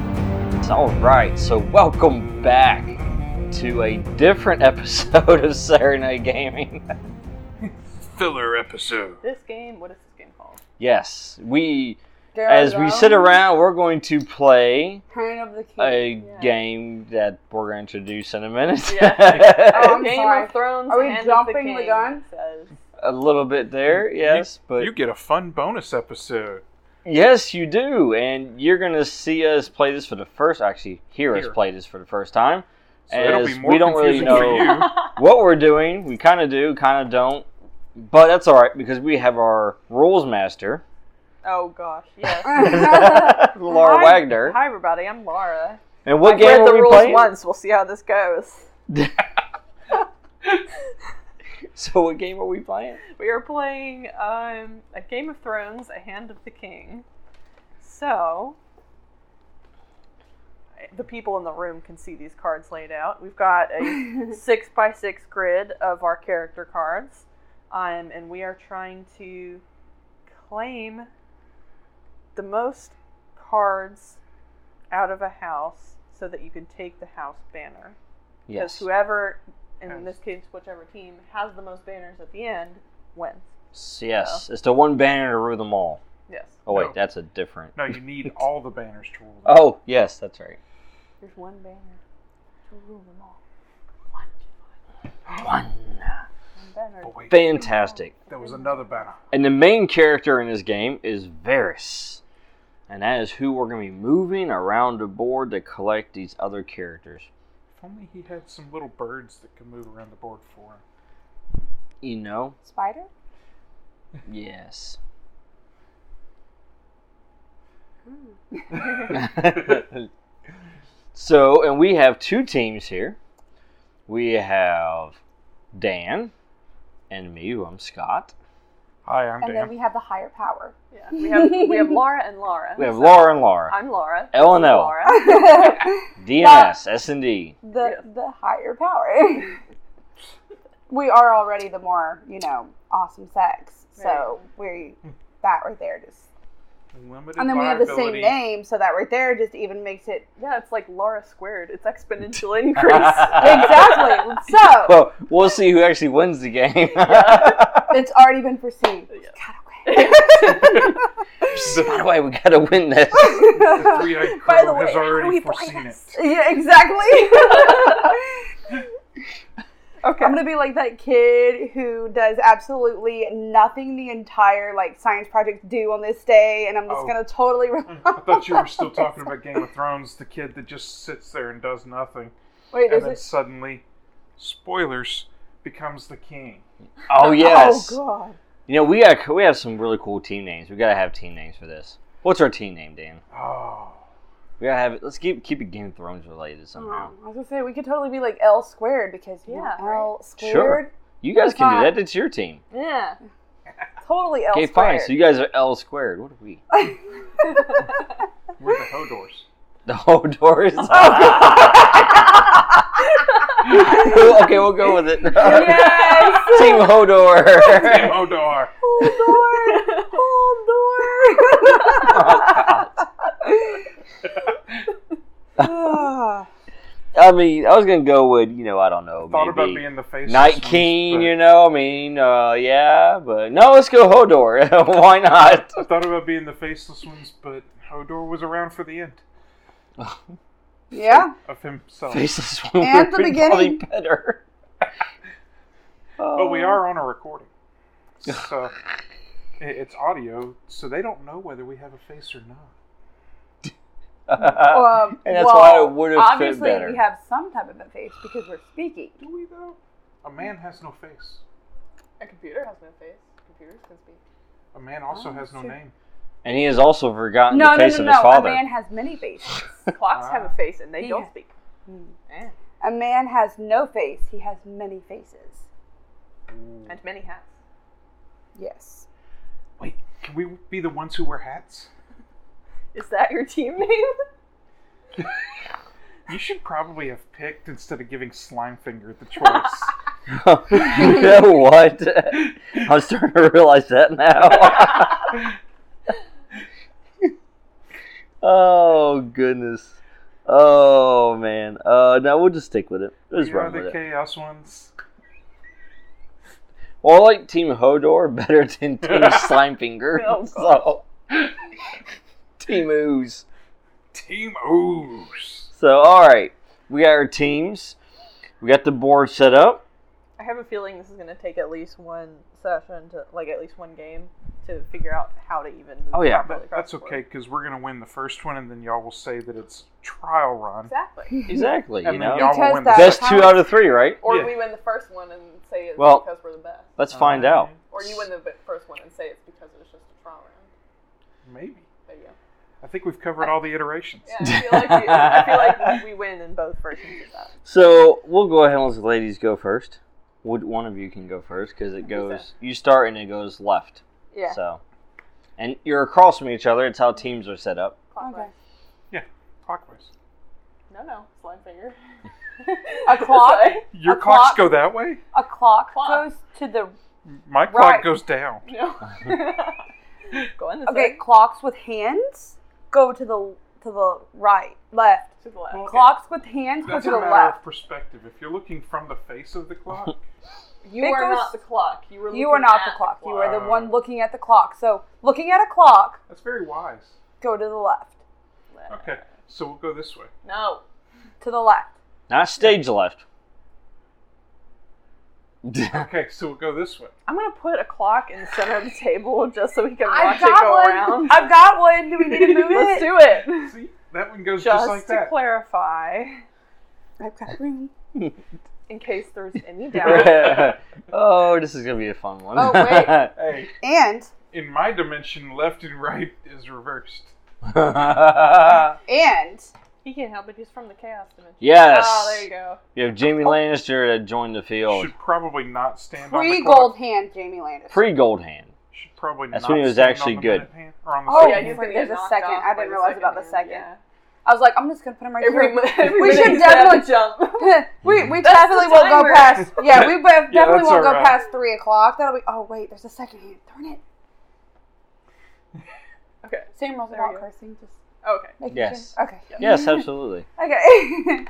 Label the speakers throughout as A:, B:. A: Yes, all right. So, welcome back to a different episode of Saturday Night Gaming.
B: filler episode.
C: This game, what is this game called?
A: Yes, we, as we sit around, we're going to play
D: turn of the key.
A: a
C: Yeah.
A: game that we're going to introduce in a minute.
C: Yeah.
D: Oh, I'm
C: game
D: sorry.
C: of Thrones.
D: Are we
C: Hand of
D: jumping
C: the,
D: the
C: King
D: gun?
C: Says.
A: a little bit there, yes, but
B: You get a fun bonus episode.
A: yes, you do. And you're going to see us play this for the first, actually, hear us
B: Here.
A: play this for the first time.
B: So that'll
A: As
B: be more
A: we don't really
B: confusing
A: know-
B: for
A: what we're doing. We kind of do, kind of don't. But that's all right because we have our rules master,
C: oh gosh, yes.
A: Laura
C: Hi-
A: Wagner.
C: Hi everybody, I'm Laura.
A: And what
C: I've
A: game
C: read the
A: are we
C: rules
A: playing?
C: once. We'll see how this goes.
A: So what game are we playing?
C: We are playing um, a Game of Thrones, a Hand of the King. So the people in the room can see these cards laid out. We've got
A: Mm-hmm.
C: a six by six grid of our character cards, um, and we are trying to claim the most cards out of a house so that you can take the house banner. Because
A: Yes.
C: whoever, in
B: Yes.
C: this case, whichever team has the most banners at the end wins.
A: S- Yes. It's the one banner to rule them all.
C: Yes.
A: Oh wait,
B: No.
A: that's a different.
B: No, you need all the banners to rule. them.
A: Oh yes, that's right.
C: There's one banner to rule them all.
A: One.
C: One banner.
B: But Oh, wait,
A: Fantastic.
B: there was another banner.
A: And the main character in this game is Varys. And that is who we're going to be moving around the board to collect these other characters.
B: If only he had some little birds that could move around the board for him.
A: You know?
D: Spider?
A: Yes.
D: Hmm.
A: so, and we have two teams here. We have Dan and me. who I'm Scott.
B: Hi, I'm
D: And then
B: Dan.
D: we have the higher power.
C: Yeah. We have we have Laura and Laura.
A: We have
C: So,
A: Laura and Laura.
C: I'm Laura.
A: L and
C: This is
A: L.
C: Laura.
D: the
A: DNS, S and D.
C: Yeah.
D: the higher power. we are already the more, you know, awesome sex. So we that right there just
B: Limited
D: and then we have the same
B: liability.
D: name, so that right there just even makes it
C: Yeah, it's like Laura squared. It's exponential increase.
D: exactly. So
A: Well, we'll see who actually wins the game.
D: it's already been perceived.
C: Yeah.
A: Psst, By the way, we gotta win this.
D: Oh,
B: The three-eyed
C: By the
B: crow
C: way,
B: has
C: how do
B: already
C: we play
B: foreseen it.
C: this?
D: yeah, exactly.
C: Okay.
D: I'm gonna be like that kid who does absolutely nothing the entire like science project due on this day, and I'm just
B: Oh.
D: gonna totally.
B: I thought you were still talking about Game of Thrones, the kid that just sits there and does nothing,
D: Wait,
B: and
D: is
B: then
D: it?
B: suddenly, spoilers, becomes the king.
A: Oh yes.
D: Oh god.
A: You know we got we have some really cool team names. We gotta have team names for this. What's our team name, Dan?
B: Oh,
A: We gotta have it. Let's keep keep it Game of Thrones related somehow.
D: I was gonna say we could totally be like L squared because you know,
C: Yeah, right.
D: L squared.
A: Sure. You guys
D: That's
A: can do
D: fine.
A: that. That's your team.
C: yeah.
D: Totally L
A: Okay,
D: squared.
A: fine. So you guys are L squared. What are we?
B: we're the Hodors.
A: The Hodors. okay, we'll go with it.
C: Yes.
A: Team
B: Team
A: Hodor.
B: Hodor.
A: Oh, God.
D: Ah.
A: I mean, I was gonna go with you know I don't know
B: Thought about
A: maybe
B: being the face. of
A: Night
B: some-
A: King.
B: but
A: You know, I mean, uh, yeah, but no, let's go Hodor. Why not?
B: I thought about being the faceless ones, but Hodor was around for the end
D: yeah.
B: of himself.
A: Faceless woman
D: And the
A: would be probably
D: beginning.
A: better.
B: But we are on a recording, so i- it's audio, so they don't know whether we have a face or not.
D: Um,
A: and that's
D: well,
A: why it would have fit
D: Obviously,
A: better.
D: we have some type of a face because we're speaking.
B: Do we though? A man has no face.
C: A computer has no face. Computers can speak.
B: A man also
D: Oh,
B: has no
D: so-
B: name.
A: and he has also forgotten
D: No,
A: the
D: no,
A: face
D: no,
A: of his
D: no. A
A: father.
D: man has many faces.
B: Ah.
C: Clocks have a face and they don't
D: Yeah.
C: speak.
D: Hmm.
C: Yeah.
D: A man has no face, he has many faces.
C: And many hats.
D: Yes.
B: Wait, can we be the ones who wear hats?
C: Is that your team name?
B: You should probably have picked instead of giving Slimefinger the choice.
A: you know what? I'm starting to realize that now. oh goodness. Oh man. Uh, no, we'll just stick with it. We'll just
B: You know
A: run with
B: the
A: it.
B: chaos ones.
A: Well, I like Team Hodor better than Team Slimefinger.
C: Oh,
A: so Team Ooze.
B: Team O's.
A: So all right, we got our teams. We got the board set up.
C: I have a feeling this is going to take at least one session to, like, at least one game to figure out how to even move.
A: Oh, yeah,
C: properly
B: That-
C: across
B: that's
C: the board.
B: okay because we're gonna win the first one, and then y'all will say that it's trial run.
C: Exactly.
A: Exactly.
B: And
A: you
B: then
A: know,
B: y'all will
D: Because
B: win the
D: that-
A: best
B: second.
A: two out of three, right?
C: Or
B: Yeah.
C: we win the first one and say it's
A: Well-
C: because we're the best.
A: Let's find
B: Uh,
A: out.
C: Or you win the v- first one and say it's because it was just a trial round.
B: Maybe.
C: There you go.
B: I think we've covered all the iterations.
C: Yeah, I feel like we, I feel like we win in both versions of that.
A: So we'll go ahead and let the ladies go first. Would one of you can go first because it goes. You start and it goes left.
C: Yeah.
A: So, and you're across from each other. It's how teams are set up.
C: clockwise.
D: Okay.
B: Clockwise.
C: No, no, slime finger.
D: A clock?
C: Sorry.
B: Your
D: A
B: clocks
D: clock?
B: go that way.
D: A clock,
C: Clock.
D: goes to the
B: My clock
D: Right.
B: goes down.
C: no. Go on this
D: okay.
C: way.
D: Clocks with hands go to the to the right, left.
C: To the left.
B: Well,
D: Clocks with hands go
B: That's
D: to
B: a
D: the
B: matter
D: left.
B: of perspective. If you're looking from the face of the clock,
C: You
D: It
C: are
D: goes-
C: not the clock. You were.
D: You
C: looking
D: are not
C: at
D: the clock. You are the
B: clock.
D: one looking at the clock. So looking at a clock,
B: that's very wise.
D: go to the left.
B: Okay, so we'll go this way.
C: No.
D: To the left.
A: Not stage left.
B: Okay, so we'll go this way.
C: I'm gonna put a clock in the center of the table just so we can watch
D: I've
C: it
D: got
C: go
D: one.
C: around.
D: I've got one. Do we need to move
C: Let's
D: it?
C: do it.
B: See, that one goes just,
C: Just
B: like
C: to
B: that.
C: clarify,
D: I've got room.
C: in case there's any doubt.
A: oh, this is gonna be a fun one.
D: Oh, wait.
B: hey,
D: And
B: in my dimension, left and right is reversed.
D: and
C: he can't help it. He's from the chaos dimension.
A: yes.
C: Oh, there you go.
A: You have Jamie Lannister that joined the field.
B: Should probably not stand on the
D: pre
B: clock.
D: gold hand Jamie Landis.
A: Pre Gold Hand.
B: Should probably
A: That's
B: not
A: when he was
B: stand on
A: actually
B: the
A: good.
B: minute hand- or on the
D: Oh,
B: second
D: yeah,
B: hand.
D: you-
C: gonna
D: there's
C: get
D: a
C: knocked
D: second.
C: off
D: I
C: by
D: didn't realize about the
C: hand,
D: second.
C: yeah.
D: I was like, I'm just gonna put him right
C: Every,
D: here.
C: every
D: We should
C: minute you have
D: definitely-
C: to jump.
D: we we
C: That's
D: definitely
C: the
D: won't go
C: timer.
D: past. Yeah, we bef-
B: Yeah,
D: definitely
B: that's
D: won't go
B: alright.
D: past three o'clock. That'll be. Oh wait, there's a second hand. Darn it.
C: Okay.
D: Same rules
C: There we
D: about
C: go.
D: cursing. Just
C: Okay.
D: making
A: Yes.
D: sure. Okay.
A: Yes, absolutely.
D: Okay.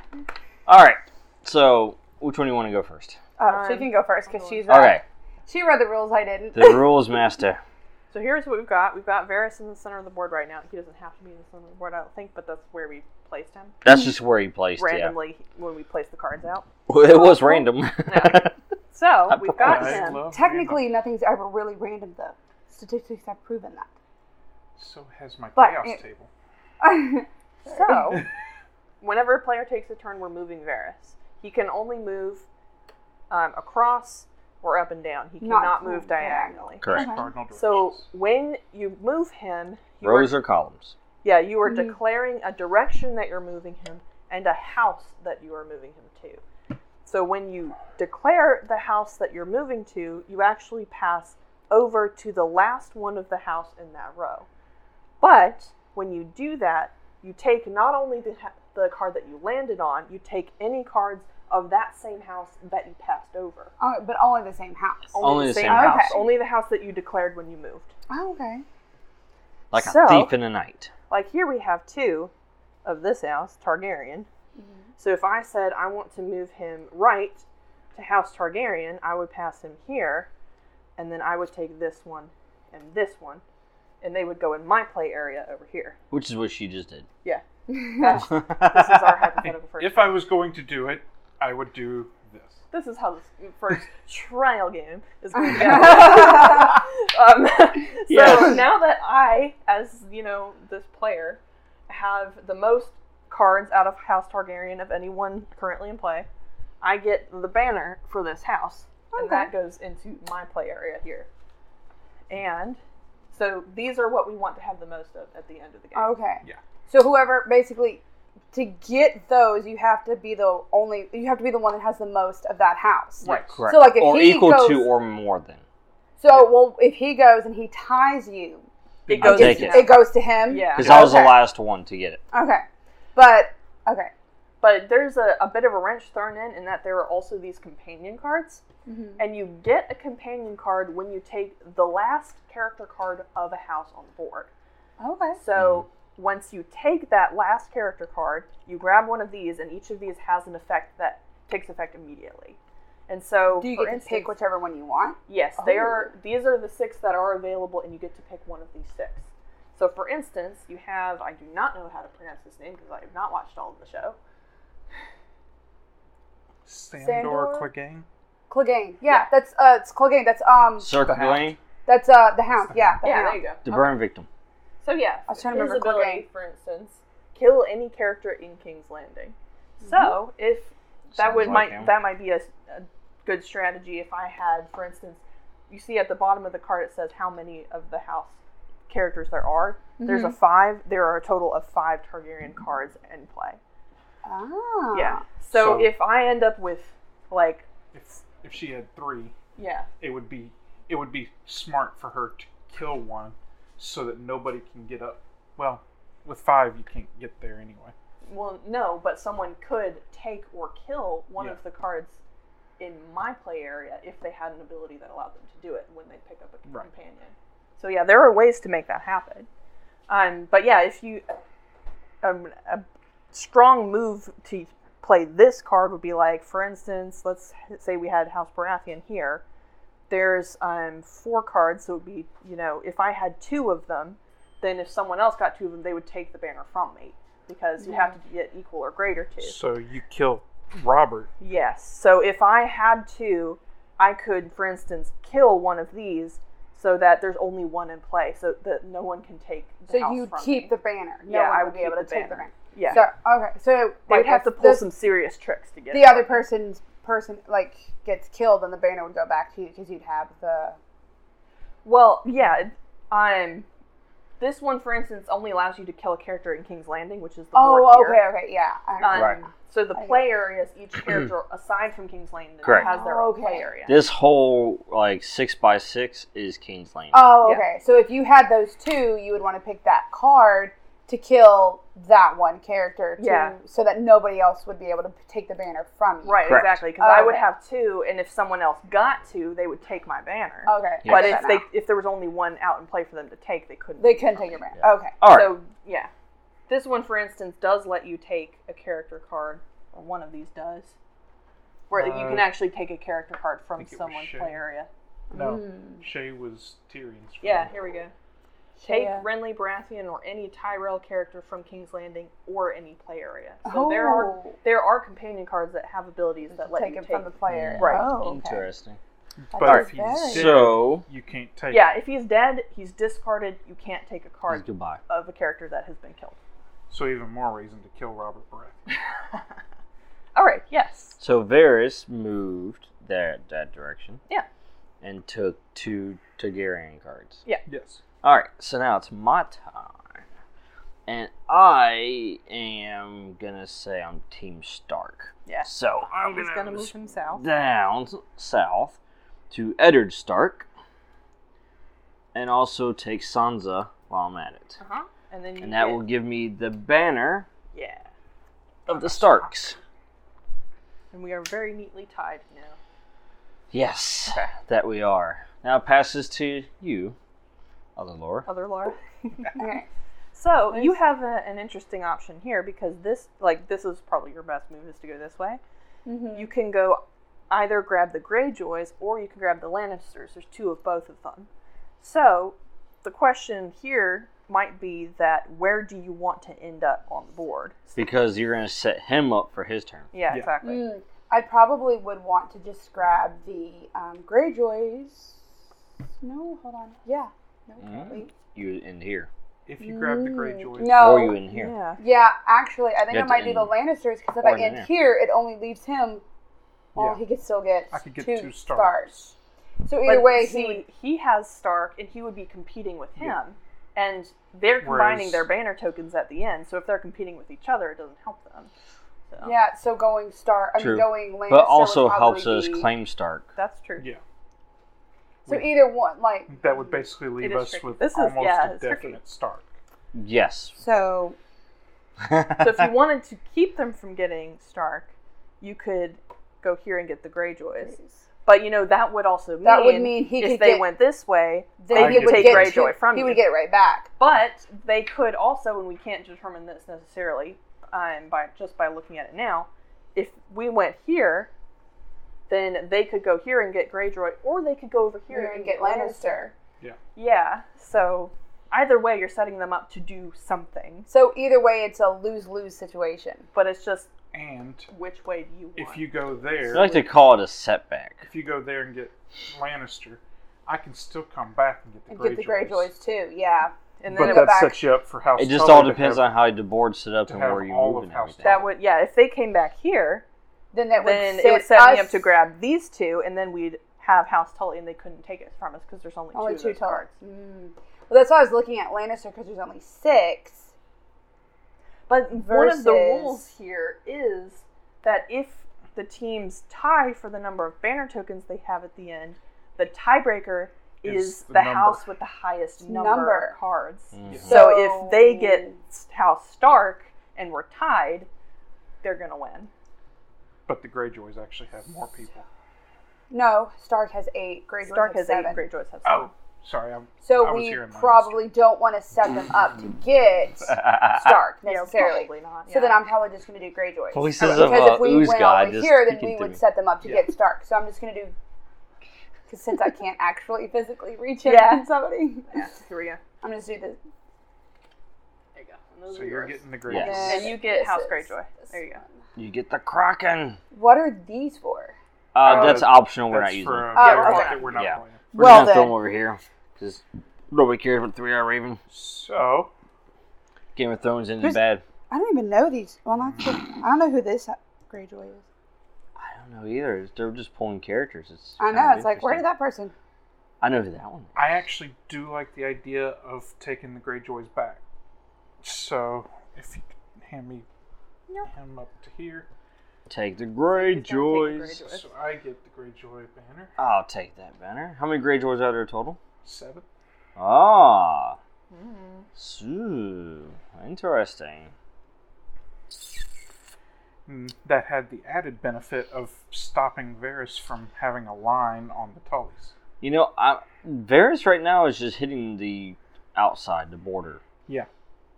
A: All right. So, which one do you want to go first?
D: oh, she can go first because she's. Uh,
A: Okay.
D: She read the rules. I didn't.
A: The rules master.
C: So here's what we've got. We've got Varys in the center of the board right now. He doesn't have to be in the center of the board, I don't think, but that's where we placed him
A: That's just where he placed. Yeah.
C: randomly when we placed the cards out.
A: Well, it was random.
C: So
A: I
C: we've got
A: propose.
B: I
C: him.
B: love
D: Technically, nothing's ever really random though. Statistics have proven
B: random. So has my
D: But
B: chaos
D: it-
B: table.
D: that.
C: So whenever a player takes a turn, we're moving Varys. He can only move um, across or up and down. He
D: Not
C: cannot
D: to
C: move
D: move diagonal.
C: diagonally.
A: Correct.
D: Okay.
B: Cardinal
C: So
B: directions.
C: when you move him, you are-
A: Rows or columns.
C: Yeah, you are
D: Mhm.
C: declaring a direction that you're moving him and a house that you are moving him to. So when you declare the house that you're moving to, you actually pass over to the last one of the house in that row. But when you do that, you take not only the, ha- the card that you landed on, you take any cards of that same house that you passed over.
D: Oh, but only the same house.
C: Oh.
A: Only the same
D: house. Okay.
C: Only the house that you declared when you moved.
D: Oh, okay.
A: Like
C: So-
A: a thief in the night.
C: Like here we have two of this house, Targaryen. So if I said I want to move him right to House Targaryen, I would pass him here, and then I would take this one and this one, and they would go in my play area over here.
A: Which is what she just did.
C: Yeah,
D: Mhm.
A: this
C: this is our hypothetical first.
B: if I was going to do it, I would do this.
C: this is how this first trial game is going to go. um, so
A: Yes.
C: now that I, as you know, this player, have the most cards out of House Targaryen of anyone currently in play, I get the banner for this house, and
D: Okay.
C: that goes into my play area here. And so these are what we want to have the most of at the end of the game.
D: Okay.
B: Yeah.
D: So whoever basically to get those, you have to be the only. You have to be the one that has the most of that house.
B: Right.
A: Correct.
D: So, like, if
A: or
D: he
A: equal
D: goes-
A: to or more than.
D: So well, if he goes and he ties you,
C: It
A: I'll
C: goes.
A: take
C: into
A: it.
C: that.
D: it goes to him.
C: Yeah.
A: Because I was the
D: Okay.
A: last one to get it.
D: Okay. But okay.
C: But there's a, a bit of a wrench thrown in, in that there are also these companion cards.
D: Mm-hmm.
C: and you get a companion card when you take the last character card of a house on the board.
D: Okay.
C: So Once you take that last character card, you grab one of these, and each of these has an effect that takes effect immediately. And so,
D: Do you
C: for
D: get to
C: instance-
D: pick whichever one you want?
C: Yes, they
D: Oh.
C: are. These are the six that are available, and you get to pick one of these six. So, for instance, you have I do not know how to pronounce his name because I have not watched all of the show.
B: Sandor
D: Sandor?
B: Clegane.
D: Clegane. Yeah,
C: Yeah.
D: that's uh, it's Clegane. That's um,
A: Circle
B: The Hound.
A: Blaine,
D: that's uh, the hound. Yeah, the
C: yeah,
D: hound.
C: there you go.
A: the
C: Okay.
A: burn victim.
C: So yeah,
D: I was trying to
C: his
D: remember
C: ability,
D: Clegane.
C: for instance, Mm-hmm. kill any character in King's Landing. So if that
A: Sounds
C: would
A: like
C: might
A: him.
C: that might be a, a good strategy if I had, for instance, you see at the bottom of the card it says how many of the house characters there are. There's a five. There are a total of five Targaryen cards in play.
D: Ah.
C: Yeah. So,
B: So-
C: if I end up with like
B: If if she had three,
C: yeah
B: it would be it would be smart for her to kill one, so that nobody can get up. Well, with five you can't get there anyway.
C: well no but someone could take or kill one
B: Yeah.
C: of the cards in my play area if they had an ability that allowed them to do it when they pick up a
B: Right.
C: companion so yeah there are ways to make that happen um, but yeah if you um, a strong move to play this card would be like for instance let's h- say we had house baratheon here there's um, four cards so it would be you know if i had two of them then if someone else got two of them they would take the banner from me because you have to get equal or greater to
B: So you kill Robert.
C: Yes. So if I had to, I could, for instance, kill one of these so that there's only one in play, so that no one can take. The
D: So
C: house
D: you
C: from
D: keep
C: me.
D: the banner. No
C: Yeah,
D: one
C: I
D: would
C: would
D: be able to
C: keep the
D: take the banner.
C: banner. Yeah.
D: So okay, so
C: they
D: like,
C: would have
D: if
C: to pull
D: the,
C: some serious tricks to get
D: The
C: it.
D: other person's person like gets killed, then the banner would go back to you because you'd have the.
C: Well, yeah. Um, this one, for instance, only allows you to kill a character in King's Landing, which is the
D: Oh,
C: board here.
D: okay, okay, yeah. I
C: Um,
B: Right.
C: So the
D: I get
C: play areas, each character aside from King's Landing,
A: Correct.
C: has their
D: Oh,
C: own play
D: okay.
C: area.
A: This whole like six by six is King's Landing.
D: Oh,
C: Yeah.
D: okay. So if you had those two, you would want to pick that card to kill that one character, to,
C: Yeah.
D: so that nobody else would be able to p- take the banner from you.
C: Right,
A: Correct.
C: exactly. Because I would
D: Okay.
C: have two, and if someone else got two, they would take my banner.
D: Okay. I
C: But
D: get
C: if
D: that
C: they
D: now.
C: if there was only one out in play for them to take, they couldn't.
D: they couldn't take your banner. Okay.
A: All right.
C: So yeah, this one for instance does let you take a character card, or one of these does, where you can
B: Uh,
C: actually take a character card
B: I
C: from
B: think it was
C: someone's
B: Shay.
C: play area.
B: No,
D: Mm.
B: Shay was Tyrion's. friend.
C: Yeah, here we go. Take
D: Yeah.
C: Renly Baratheon or any Tyrell character from King's Landing or any play area. So there are
D: Oh.
C: there are companion cards that have abilities that let
D: take
C: you
D: it
C: take.
D: from the player.
C: Right.
D: Oh, okay.
A: Interesting.
D: That
B: But
D: is
B: if
D: very-
B: he's dead,
A: So
B: you can't take.
C: yeah, if he's dead, he's discarded. You can't take a card
A: goodbye.
C: of a character that has been killed.
B: So even more reason to kill Robert Baratheon.
C: All right. Yes.
A: So Varys moved that that direction.
C: Yeah.
A: And took two Targaryen cards.
B: yes.
A: All right, so now it's my time, and I am gonna say I'm Team Stark.
C: Yes.
A: So I'm
C: He's
A: gonna,
C: gonna move
A: s-
C: him south.
A: down s- south to Eddard Stark, and also take Sansa while I'm at it,
C: Uh-huh. And then you
A: and that
C: get-
A: will give me the banner
C: yeah.
A: of the Starks.
C: And we are very neatly tied now.
A: Yes,
C: Okay.
A: that we are. Now it passes to you, other Laura.
C: Other Laura.
D: Okay.
C: so you
D: Nice.
C: have a, an interesting option here because this, like, this is probably your best move is to go this way.
A: Mm-hmm.
D: Mhm.
C: You can go either grab the Greyjoys or you can grab the Lannisters. There's two of both of them. So the question here might be that where do you want to end up on the board?
A: Because you're gonna set him up for his turn.
C: Yeah,
B: Yeah.
C: exactly.
D: Mm, I probably would want to just grab the um, Greyjoys. No, hold on. Yeah. No,
A: Mm.
D: wait.
A: You in here,
B: If you grab the
D: Mm.
B: Greyjoy,
D: No.
A: or you in here.
C: Yeah.
D: Yeah, actually, I think
A: You
D: I
A: have
D: might
A: to
D: do the
A: end-
D: Lannisters because if
A: or
D: I
A: in
D: end
A: there.
D: here, it only leaves him. Well,
B: Yeah.
D: he could still get,
B: I could get
D: two,
B: two
D: stars.
B: stars.
D: So either
C: But
D: way,
C: see,
D: he would.
C: he has Stark, and he would be competing with him.
B: Yeah.
C: And they're combining
B: Whereas-
C: their banner tokens at the end, so if they're competing with each other, it doesn't help them. So
D: Yeah, so going star. I mean,
A: True.
D: going Lannister.
A: but
D: would
A: also
D: probably
A: helps us
D: be-
A: claim Stark.
C: that's true.
B: yeah,
D: So either one, like.
B: that would basically
C: It
B: leave
C: is
B: us
C: tricky.
B: with
C: This is-
B: almost
C: yeah,
B: a
C: it's
B: definite
C: tricky.
B: Stark.
A: Yes.
D: So.
C: So if you wanted to keep them from getting Stark, you could go here and get the Greyjoys. But you know that would also mean
D: That would mean he
C: if
D: could
C: they
D: get
C: went this way,
B: I
D: then he
B: could
D: would
B: take
D: get
C: Greyjoy
D: to-
C: from
D: he
C: you.
D: would get right back.
C: But they could also, and we can't determine this necessarily um, by just by looking at it now. If we went here, then they could go here and get Greyjoy, or they could go over here and get Lannister. Yeah. So either way, you're setting them up to do something.
D: So either way, it's a lose lose situation.
C: But it's just
B: And
C: which way do you want?
B: if you go
A: I
B: there,
A: like to call it a setback.
B: if you go there and get Lannister, I can still come back and get the
D: And
B: Greyjoys.
D: get the Greyjoys too. Yeah,
C: and then
B: But
C: it,
D: go
B: that
D: back-
B: sets you up for House.
A: It just
B: Tully
A: all
B: to
A: depends
B: have-
A: on how the board's set up
B: to
A: and
B: have
A: where you
B: all
A: move
B: of
A: and
B: House
A: everything.
C: that would yeah. If they came back here,
D: then that would
C: then
D: set
C: it would set me
D: us-
C: up to grab these two, and then we'd have House Tully, and they couldn't take it from us because there's only,
D: only
C: two,
D: two
C: of those
D: cards.
C: cards.
D: Mm. Well, that's why I was looking at Lannister because there's only six.
C: But one of the
D: Versus-
C: rules here is that if the teams tie for the number of banner tokens they have at the end, the tiebreaker is
B: It's the
C: the,
B: number.
C: house with the highest number,
D: Number. Oh.
C: of cards.
A: Mm.
C: So
D: So-
C: if they get House Stark and we're tied, they're gonna win.
B: But the Greyjoys actually have more people.
D: No, Stark has eight. Greyjoy
C: Stark
D: has
C: has
D: seven.
C: eight, Greyjoys have seven.
B: Oh, sorry, I'm I
D: So
B: was
D: we
B: hearing Lannister.
D: probably don't want to set them up to get Stark necessarily.
C: probably not.
D: So then I'm probably just going to do Greyjoy.
A: Voices of
D: because
A: uh,
D: if we
A: ooze
D: went
A: god
D: over
A: just
D: here, then
A: speaking
D: we
A: to
D: would
A: me.
D: set them up to
B: Yeah.
D: get Stark. So I'm just going to do. Because since I can't actually physically reach him
C: Yeah.
D: and somebody,
C: yeah, here we go.
D: I'm going to do this.
C: There you go.
B: so you're getting the Greyjoys.
A: Yes.
D: Yes.
C: and you get
D: This
C: House
D: is-
C: Greyjoy.
D: this
C: There you go.
A: You get the kraken.
D: What are these for?
A: Uh,
B: Uh,
A: that's optional. We're
B: That's
A: not using.
B: for uh,
A: it.
D: Oh,
B: everyone
D: okay.
B: that we're not
A: Yeah.
B: playing.
A: We're
D: Well
A: just gonna throw
D: then.
A: them over here because nobody cares about Three Hour Raven.
B: So
A: Game of Thrones ended
D: Who's-
A: bad.
D: I don't even know these. Well, not the, I don't know who this Greyjoy is.
A: I don't know either. They're just pulling characters. It's
D: I
A: kind
D: know.
A: of
D: It's like, where
A: interesting.
D: did that person?
A: I know who that one.
B: I actually do like the idea of taking the Greyjoys back. So if you could hand me him up to here,
A: Take the Greyjoys.
C: Greyjoys.
B: so I get the Greyjoy banner.
A: I'll take that banner. How many Greyjoys are there total?
B: Seven.
A: Ah,
C: Mm.
A: so interesting.
B: Mm, That had the added benefit of stopping Varys from having a line on the Tullys.
A: You know, I, Varys right now is just hitting the outside, the border.
B: Yeah.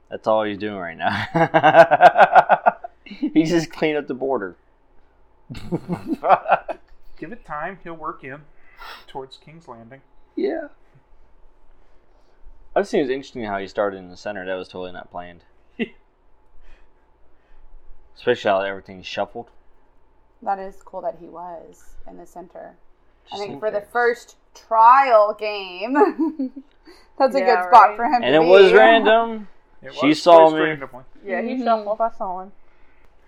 A: That's all he's doing right now. he's just cleaning up the border.
B: Give it time, he'll work in towards King's Landing.
A: yeah. I just think it was interesting how he started in the center. That was totally not planned. Especially how everything's shuffled.
D: That is cool that he was in the center. I
A: Just
D: think
A: like
D: for the
A: that.
D: first trial game, that's a
C: Yeah,
D: good spot
C: right?
D: for him.
A: And
D: to
A: it
D: be.
A: was random.
B: It
A: She
B: was
A: saw
B: placed
A: me.
B: randomly.
C: Yeah, he
B: Mm-hmm.
D: Mhm.
C: shuffled. I saw one.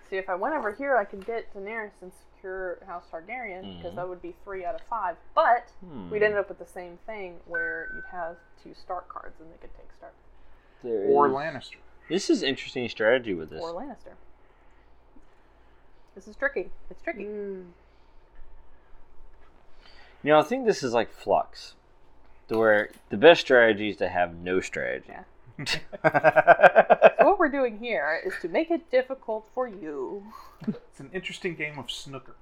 C: See, if I went over here, I could get Daenerys and secure House Targaryen because
A: Mhm.
C: that would be three out of five. But
A: Hmm.
C: we'd ended up with the same thing where you'd have two Stark cards and they could take Stark
A: Hmm. There
B: Or
A: is-
B: Lannister.
A: This is interesting strategy with this.
C: or Lannister. This is tricky. It's tricky.
D: Mm.
A: You know, I think this is like flux, to where the best strategy is to have no strategy.
C: So what we're doing here is to make it difficult for you.
B: It's an interesting game of snooker.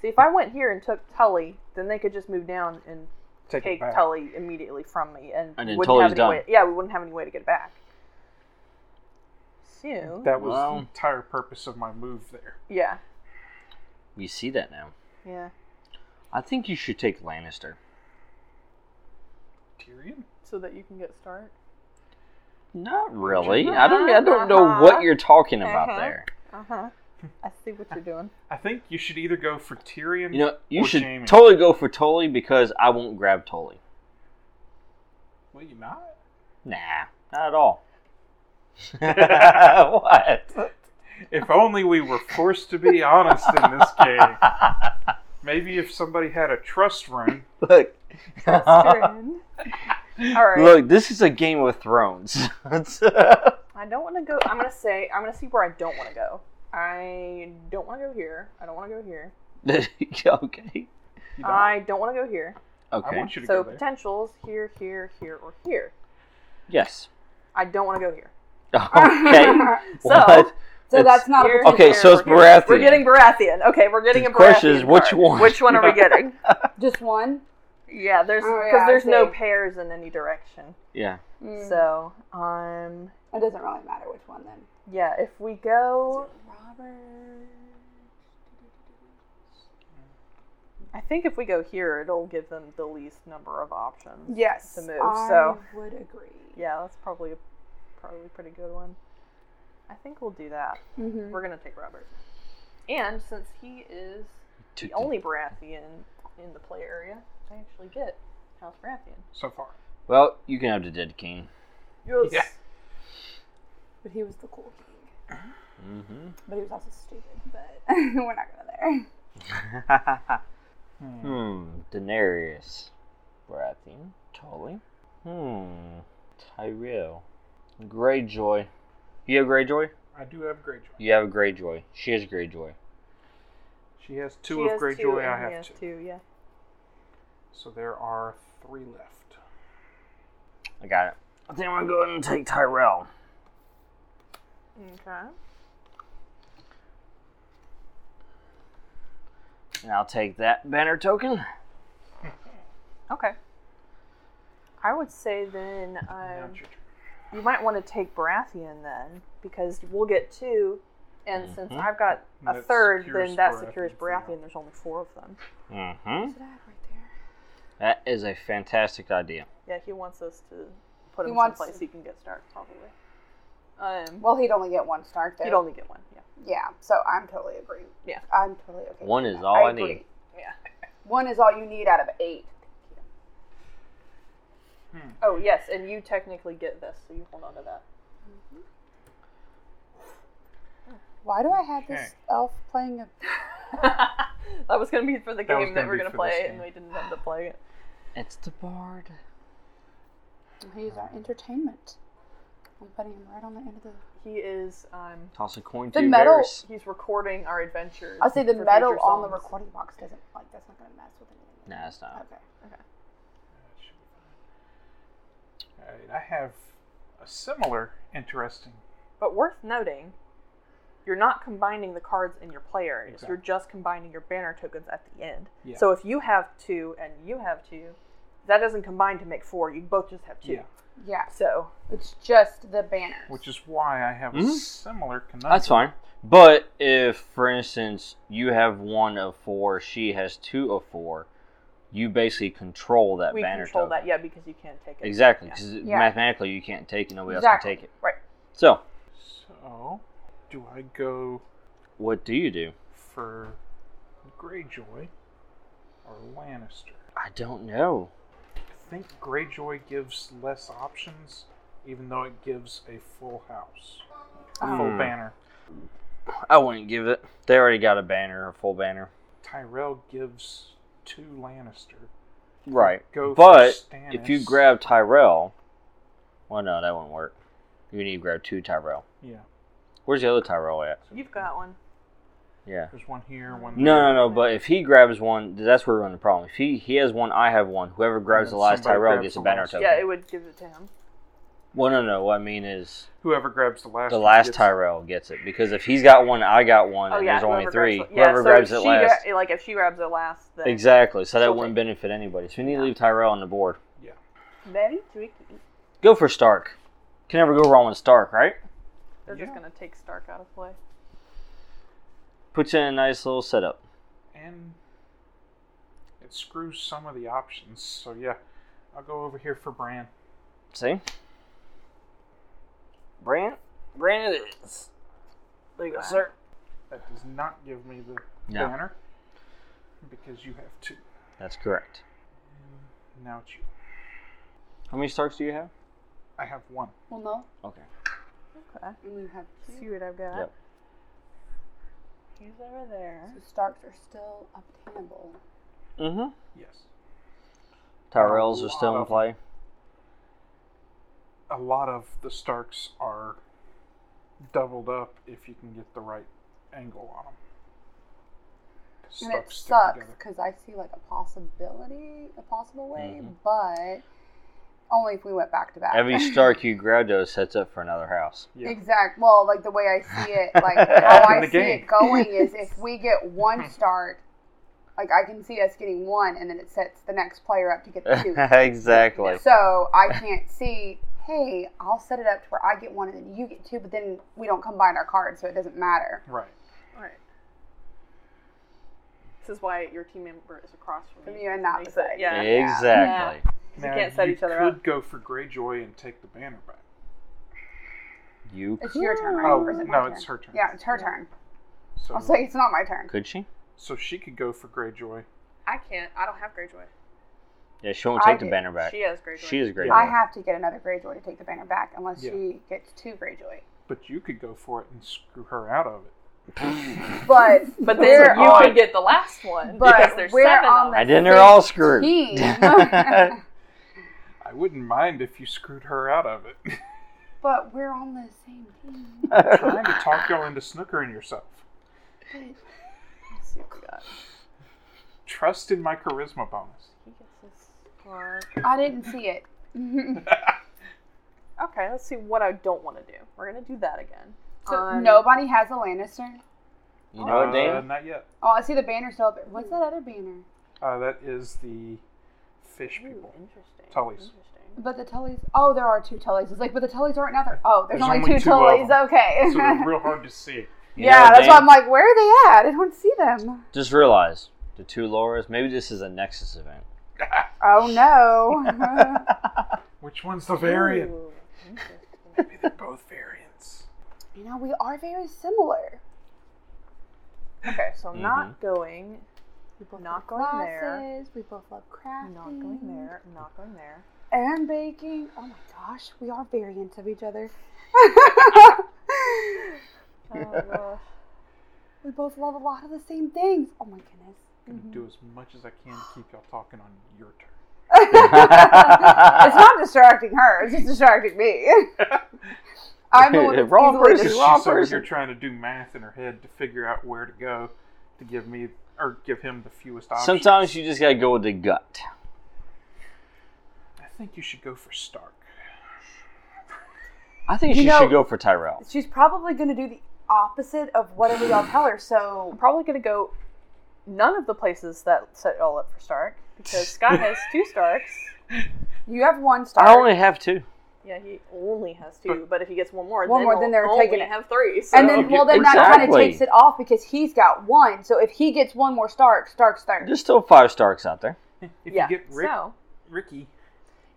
C: See, if I went here and took Tully, then they could just move down and
B: Take,
C: take
B: it back.
C: Tully immediately from me, and,
A: And then
C: wouldn't
A: Tully's
C: have any
A: done.
C: way. Yeah, we wouldn't have any way to get it back. So
B: That was
A: Wow.
B: the entire purpose of my move there.
C: yeah,
A: You see that now.
C: yeah.
A: I think you should take Lannister.
B: Tyrion?
C: So that you can get Stark.
A: Not really. I don't. I don't know
C: Uh-huh.
A: what you're talking about
C: Uh-huh.
A: there.
C: Uh huh. I see what you're doing.
B: I think you should either go for Tyrion.
A: You know, you
B: or
A: should
B: Jaime.
A: totally go for Tully because I won't grab Tully.
B: Will you not?
A: Nah, not at all. what?
B: If only we were forced to be honest in this game. Maybe if somebody had a trust run,
A: Look.
C: Tyrion. All right.
A: Look, this is a Game of Thrones.
C: I don't want to go. I'm gonna say. I'm gonna see where I don't want to go. I don't want to go here. I don't want to go here.
A: okay.
B: you don't.
C: I don't want to go here.
B: I
A: Okay.
B: want you to
C: Uh,
B: go
C: So
B: there.
C: potentials here, here, here, or here.
A: Yes.
C: I don't want to go here.
A: Okay.
C: So
A: What?
D: So
A: It's-
D: that's not a
C: Here-
D: particular
A: Okay, so it's
C: we're getting- We're
A: Baratheon.
C: getting Baratheon. Okay, we're getting
A: The
C: a Baratheon.
A: question is, which
C: card.
A: one?
C: Which one are we getting?
D: just one.
C: yeah, there's
D: Oh,
C: because
D: yeah, I
C: there's no
D: see.
C: pairs in any direction.
A: Yeah.
D: Mm.
C: So, um,
D: it doesn't really matter which one then.
C: yeah, if we go,
D: Robert.
C: I think if we go here, it'll give them the least number of options.
D: Yes,
C: To move,
D: I
C: so.
D: would agree.
C: Yeah, that's probably a probably a pretty good one. I think we'll do that.
D: Mhm.
C: We're gonna take Robert, and since he is the only Baratheon in the play area, I actually get House Baratheon.
B: so far.
A: Well, you can have the dead king.
C: Yes.
B: Yeah.
D: But he was the cool king.
A: Mm-hmm.
D: But he was also stupid. But we're not going there.
B: Hmm.
A: hmm. Daenerys. Baratheon. Tully. Hmm. Tyrell. Greyjoy. You have Greyjoy?
B: I do have Greyjoy.
A: You have Greyjoy. She has Greyjoy.
B: She has two
C: She
B: of
C: has
B: Greyjoy.
C: two, and
B: I
C: he
B: have
C: has
B: two.
C: two. Yeah.
B: So there are three left.
A: I got it. I think I'm gonna go ahead and take Tyrell.
C: Okay.
A: And I'll take that banner token.
C: Okay. I would say then
B: Now
C: um,
B: it's your turn.
C: you might want to take Baratheon then, because we'll get two, and since
A: Mhm.
C: I've got a
B: That
C: third,
B: secures
C: then that
B: Baratheon
C: secures
B: for now.
C: Baratheon. There's only four of them.
A: Mm-hmm.
D: Should I have right there?
A: That is a fantastic idea.
C: Yeah, he wants us to put
D: He
C: him
D: wants-
C: someplace he can get Stark probably. Um,
D: Well, he'd only get one start though.
C: he'd only get one. Yeah.
D: Yeah, so I'm totally agree.
C: Yeah.
D: I'm totally okay.
A: One
D: with
A: is
D: that.
A: all I
D: agree.
A: need.
C: Yeah.
D: One is all you need out of eight.
C: Oh yes, and you technically get this, so you hold on to that.
D: Why do I have this
B: Okay.
D: elf playing a?
C: that was gonna be for the
B: That was
C: game that
B: gonna
C: we're
B: be
C: gonna
B: for this
C: play,
B: game.
C: and we didn't end up playing it.
A: It's the bard.
D: He's our entertainment. I'm putting him right on the end of the.
C: He is um,
A: Toss a coin to
D: The
A: your
D: metal-
A: bears.
C: he's recording our adventures.
D: I'll say the
C: for
D: metal
C: future
D: on the
C: songs.
D: recording box doesn't like that's not gonna mess with anything.
A: Nah, it's not.
D: Okay.
B: Alright, I have a similar interesting.
C: But worth noting, you're not combining the cards in your play areas. You're just combining your banner tokens at the end.
B: Yeah.
C: So if you have two and you have two, that doesn't combine to make four. You both just have two.
B: Yeah.
D: Yeah,
C: So
D: it's just the banners.
B: Which is why I have
A: Mhm.
B: a similar conundrum.
A: That's fine. But if, for instance, you have one of four, she has two of four, you basically control that
C: we
A: banner
C: control
A: token.
C: that, yeah, because you can't take it.
A: Exactly,
C: Yeah.
A: because
D: Yeah.
A: mathematically you can't take it. Nobody
D: Exactly.
A: else can take it.
C: Right.
A: So,
B: So, do I go
A: what do you do?
B: for Greyjoy or Lannister?
A: I don't know.
B: I think Greyjoy gives less options, even though it gives a full house, a full
A: Hmm.
B: banner.
A: I wouldn't give it. They already got a banner, a full banner.
B: Tyrell gives two Lannister.
A: Right.
B: Go for
A: but if you
B: Stannis.
A: grab Tyrell, well, no, that wouldn't work. You need to grab two Tyrell.
B: Yeah.
A: Where's the other Tyrell at?
C: You've got one.
A: Yeah.
B: There's one here, one
A: No,
B: there.
A: no, no. But if he grabs one, that's where we're running the problem. If he he has one, I have one. Whoever grabs the
B: then
A: last
B: somebody
A: Tyrell
B: grabs
A: gets a
B: the
A: banner
B: last.
A: token.
C: Yeah, it would give it to him.
A: well, no, no. What I mean is
B: Whoever grabs the last
A: the
B: one
A: last
B: gets-
A: Tyrell gets it because if he's got one, I got one, and there's only
C: Oh, whoever
A: three.
C: grabs the-
A: whoever
C: yeah, so
A: grabs
C: if
A: it
C: she
A: last,
C: gra- like if she grabs it last, then
A: exactly. So that
C: she'll
A: wouldn't benefit anybody. So we need to leave Tyrell on the board.
B: Yeah.
C: Very tricky.
A: Go for Stark. Can never go wrong with Stark, right?
C: They're just
B: Yeah.
C: gonna take Stark out of play.
A: Puts in a nice little setup.
B: And it screws some of the options. So yeah, I'll go over here for Bran.
A: See? Brand? Brand it is. There you go, sir.
B: That does not give me the
A: No.
B: banner because you have two.
A: That's correct.
B: Now it's you.
A: How many Starks do you have?
B: I have one.
D: Well, no,
A: Okay.
C: Okay.
D: I'm gonna have
C: See what I've got.
A: Yep.
C: He's over there.
D: So Starks are still obtainable.
A: Mm-hmm.
B: Yes.
A: Tyrells are still in play.
B: A lot of the Starks are doubled up if you can get the right angle on them.
D: And it
B: Mm-hmm.
D: sucks because I see like a possibility, a possible way,
A: Mhm.
D: but Only if we went back to back.
A: Every Stark you grab though sets up for another house.
B: Yeah.
D: Exact. Well, like the way I see it, like how
B: Back in
D: I
B: the
D: see
B: game.
D: it going is if we get one start, like I can see us getting one, and then it sets the next player up to get the two.
A: exactly.
D: So I can't see. Hey, I'll set it up to where I get one and then you get two, but then we don't combine our cards, so it doesn't matter.
B: Right.
C: All right. This is why your team member is across from
D: From
C: you.
D: you and not
C: Makes it-
D: beside you.
C: Yeah.
A: Exactly.
C: You can't set each other
B: could
C: up.
B: go for Greyjoy and take the banner back.
A: You
D: It's your turn, right?
B: Oh
D: Or is it my
B: no,
D: turn?
B: it's her turn.
D: Yeah, it's her turn.
B: So,
D: I was like, it's not my turn.
A: could she?
B: so she could go for Greyjoy.
C: I can't. I don't have Greyjoy.
A: Yeah, she won't
D: I
A: take the
D: did.
A: banner back.
C: She has Greyjoy.
A: She is great.
D: I have to get another Greyjoy to take the banner back, unless
B: Yeah.
D: she gets two Greyjoy.
B: But you could go for it and screw her out of it.
D: But
C: But
D: we're
C: then you
D: on-
C: could get the last one
D: But
C: because there's
D: we're
C: seven
D: on
C: of
D: the-
C: them.
A: And then they're all
D: same
A: screwed.
D: team.
B: I wouldn't mind if you screwed her out of it.
D: but we're on the same team.
B: Trying to talk y'all into snookering yourself.
C: Let's see what we got.
B: Trust in my charisma bonus.
C: He gets his star.
D: I didn't see it.
C: Okay, let's see what I don't want to do. We're gonna do that again.
D: So
C: Um,
D: nobody has a Lannister.
A: You know
B: Uh,
A: what, Dan?
B: Not yet.
D: Oh, I see the banner still up. there. What's that other banner?
B: Uh, that is the fish
C: Ooh,
B: people.
C: interesting.
B: Tullies.
C: Interesting.
D: But the Tullys. Oh, there are two Tullys. It's like, but the Tullys aren't out there. Oh, there's,
B: There's
D: only,
B: only
D: two,
B: two of
D: Tullys.
B: them.
D: Okay.
B: So they're real hard to see.
A: You
D: yeah,
A: know what,
D: that's why
A: Dan?
D: I'm like, where are they at? I don't see them.
A: Just realize the two Lauras. Maybe this is a Nexus event.
D: Oh no.
B: Which one's the variant?
C: Ooh, interesting.
B: Maybe they're both variants.
D: you know, we are very similar.
C: okay, so
A: Mm-hmm.
C: I'm not going.
D: We both
C: Not
D: love
C: going there.
D: classes, We both love crafting.
C: I'm not going there. I'm not going there.
D: And baking. Oh my gosh, we are variants of each other.
C: Oh
D: we both love a lot of the same things. Oh my goodness.
B: I'm gonna do as much as I can to keep y'all talking on your turn.
D: It's not distracting her. It's just distracting me. I'm the one that's
A: Wrong
D: easily
A: person.
B: She's
A: wrong
B: over here
A: person.
B: trying to do math in her head to figure out where to go to give me or give him the fewest options.
A: Sometimes you just gotta go with the gut.
B: I think you should go for Stark.
A: I think
D: You
A: she
D: know-
A: should go for Tyrell.
D: dis- She's probably going to do the opposite of whatever y'all tell her. So
C: I'm probably gonna go. None of the places that set it all up for Stark because Scott has two Starks.
D: you have one star.
A: I only have two.
C: Yeah, he only has two. But if he gets one more,
D: One
C: then
D: more, then
C: he'll
D: they're
C: only
D: taking it.
C: Have three. So.
D: and then, well, then that kind of
A: Exactly.
D: takes it off because he's got one. So if he gets one more Stark, Stark's there.
A: There's still five Starks out there.
B: If
C: yeah.
B: you get Rick,
C: so
B: Ricky,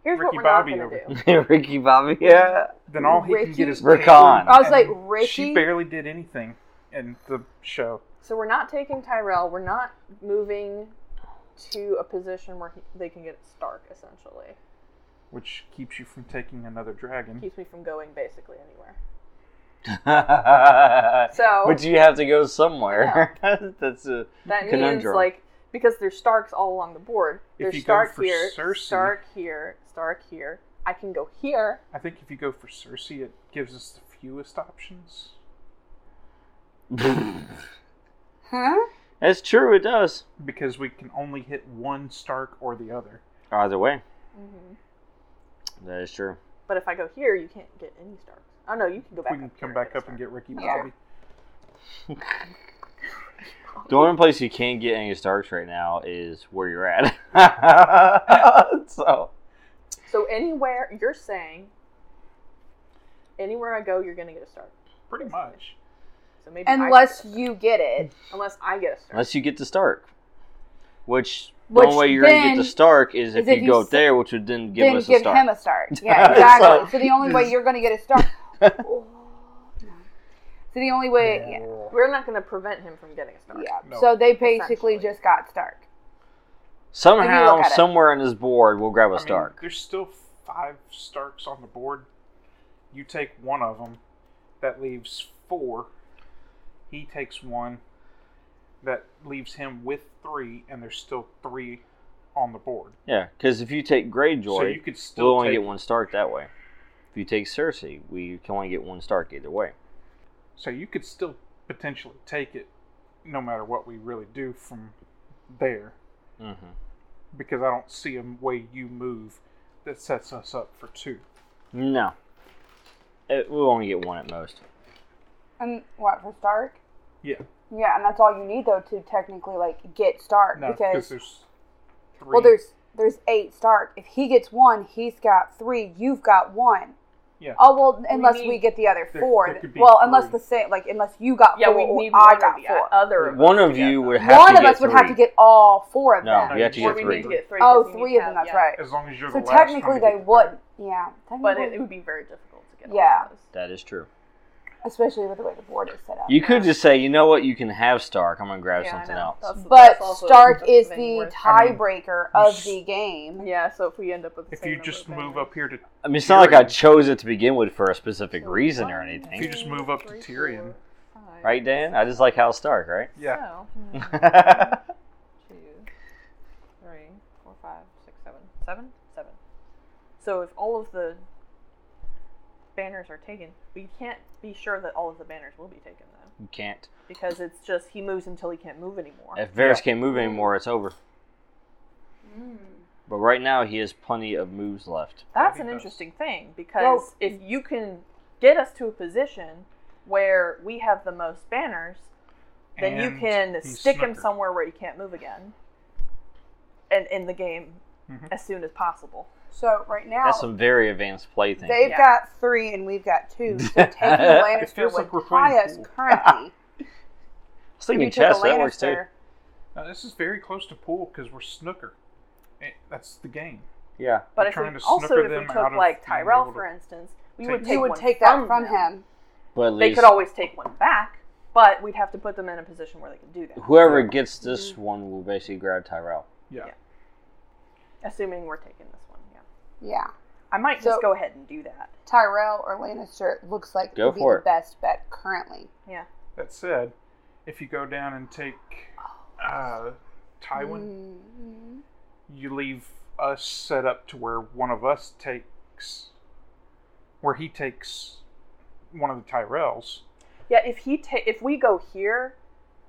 C: here's what
B: Ricky
C: we're
B: Bobby
C: not
B: over
C: gonna do.
A: Ricky Bobby. Yeah.
B: then all he
D: Ricky?
B: can get is
A: Rickon.
B: Catelyn,
D: I was like,
B: and
D: Ricky?
B: She barely did anything in the show.
C: So we're not taking Tyrell. We're not moving to a position where he, they can get Stark. Essentially,
B: Which keeps you from taking another dragon.
C: keeps me from going basically anywhere.
A: but
C: So
A: you have to go somewhere. That's a
B: Hmm.
C: that means
A: conundrum.
C: like because there's Starks all along the board.
B: If
C: There's
B: you go
C: Stark
B: for
C: here,
B: Cersei-
C: Stark here, Stark here. I can go here.
B: I think if you go for Cersei, it gives us the fewest options.
D: Huh?
A: That's true. It does.
B: Because we can only hit one Stark or the other.
A: Either way,
D: Mm-hmm.
A: that is true.
C: But if I go here, you can't get any Starks. Oh no, you can go back.
B: we can come back up and get Ricky
D: Yeah.
B: Bobby.
A: The only place you can't get any Starks right now is where you're at. so
C: Starks. So anywhere you're saying, anywhere I go, you're gonna get a Stark.
B: Pretty much.
C: So maybe I can
D: Unless
C: get a Stark.
D: you get it.
C: unless I get a Stark.
A: unless you get the Stark, which the
D: Which
A: only way you're gonna get
D: then
A: the Stark is if
D: is
A: you
D: if you
A: go
D: s-
A: there, which would then give
D: then
A: us
D: give
A: a Stark.
D: him a start. Yeah, exactly. so, the only way you're going to get a start. Oh, no. so the only way, yeah.
C: We're not gonna prevent him from getting a Stark.
D: yeah.
B: No.
D: So they basically
C: Essentially.
D: just got Stark.
A: Somehow,
D: look at it.
A: somewhere on this board, we'll grab a
B: I mean,
A: Stark.
B: there's still five Starks on the board. You take one of them, that leaves four. He takes one, that leaves him with three, and there's still three on the board.
A: yeah, because if you take Greyjoy,
B: So you could still
A: we'll only
B: take,
A: get one Stark that way. If you take Cersei, we can only get one Stark either way.
B: So you could still potentially take it, no matter what we really do from there,
A: hmm
B: because I don't see a way you move that sets us up for two.
A: No. It, we'll only get one at most.
D: And what for Stark?
B: Yeah.
D: Yeah, and that's all you need though to technically like get Stark
B: No, because
D: because
B: there's three.
D: well, there's there's eight Stark. If he gets one, he's got three. You've got one.
B: Yeah.
D: Oh well, unless we,
C: need-
D: get the other
B: There-
D: four.
B: there could be
D: well, unless
B: three.
D: the same like unless you got
C: Yeah,
D: four,
C: we
D: or
C: need
D: I
C: one
D: got
C: or the
D: four.
C: other of
A: One
C: us
A: of
C: to get
A: you
C: them.
A: would have
D: one
A: to
D: of
A: get
D: us would have
A: three.
D: to get all four of
A: No,
D: them.
A: you have to
B: Or
A: get
C: we
A: three.
C: need to get three.
D: Oh,
C: because we
D: three
C: need
D: of them.
C: to have-
D: That's
C: yeah.
D: right.
B: as long as you're
D: So
B: the last
D: technically
B: one to get
D: they
B: the
D: would. Yeah.
C: But
D: Technically,
C: it, it would be very difficult to get.
D: Yeah.
C: All of those.
A: That is true.
D: especially with the way the board is set up.
A: You could just say, you know what, you can have Stark. I'm gonna grab
C: Yeah, I
A: something
C: know.
A: else.
C: That's-
D: but
C: that's also
D: Stark
C: doesn't
D: is
C: make any
D: the
C: worth-
B: I mean,
D: tiebreaker
B: you
D: of
B: s-
D: the game.
C: Yeah. So if we end up with the
B: If
C: same
B: you
C: number
B: just
C: of
B: move
C: bangers.
B: up here to,
A: I mean, it's not like I
B: Tyrion.
A: chose it to begin with for a specific
C: So
A: reason or
C: one,
B: if you
A: anything,
B: just
C: two,
B: move up to
C: three,
B: Tyrion.
C: four, five,
A: right, Dan? I just like Hal Stark, right?
B: yeah,
C: So, hmm, two, three, four, five, six, seven, seven, seven. So if all of the banners are taken, we can't be sure that all of the banners will be taken though,
A: you can't.
C: because it's just he moves until he can't move anymore.
A: If Varys can't move anymore, it's over.
D: Mm.
A: But right now, he has plenty of moves left.
C: That's
B: he
C: an
B: does.
C: interesting thing because
D: Well-
C: if you can get us to a position where we have the most banners, then you
B: And
C: can
B: he's
C: stick him
B: snookered.
C: somewhere where he can't move again, and in the game
A: Mm-hmm.
B: Mhm.
C: as soon as possible.
D: So right now
A: That's some very advanced play thing.
D: they've
C: Yeah.
D: got three and we've got two. So taking Lannister
B: feels
D: would
B: like we're
D: tie
B: playing
D: us
B: pool.
D: currently.
A: I was thinking
D: You took a
A: chess, that works too.
D: Lannister.
B: Now, this is very close to pool because we're snooker. Eh, that's the game.
A: Yeah.
C: But
B: We're
C: if we
B: trying to
C: also
B: snooker
C: if we
B: them
C: took
B: out of
C: like
B: being able
C: Tyrell
B: to
C: for instance, we
B: take
C: would
B: them.
C: take
D: You would
C: one
D: take that from him.
A: But at
C: They
A: least
C: could always take one back, but we'd have to put them in a position where they could do that,
A: whoever gets this one will basically grab Tyrell.
B: Yeah.
C: Yeah. assuming we're taking this one. Yeah,
D: Yeah.
C: I might
D: So-
C: just go ahead and do that.
D: Tyrell or Lannister looks like
A: Go
D: would be
A: for
D: the
A: it.
D: best bet currently.
C: Yeah,
B: That said, if you go down and take uh, Tywin,
D: Mhm.
B: you leave us set up to where one of us takes, where he takes one of the Tyrells.
C: yeah. If he ta- if we go here,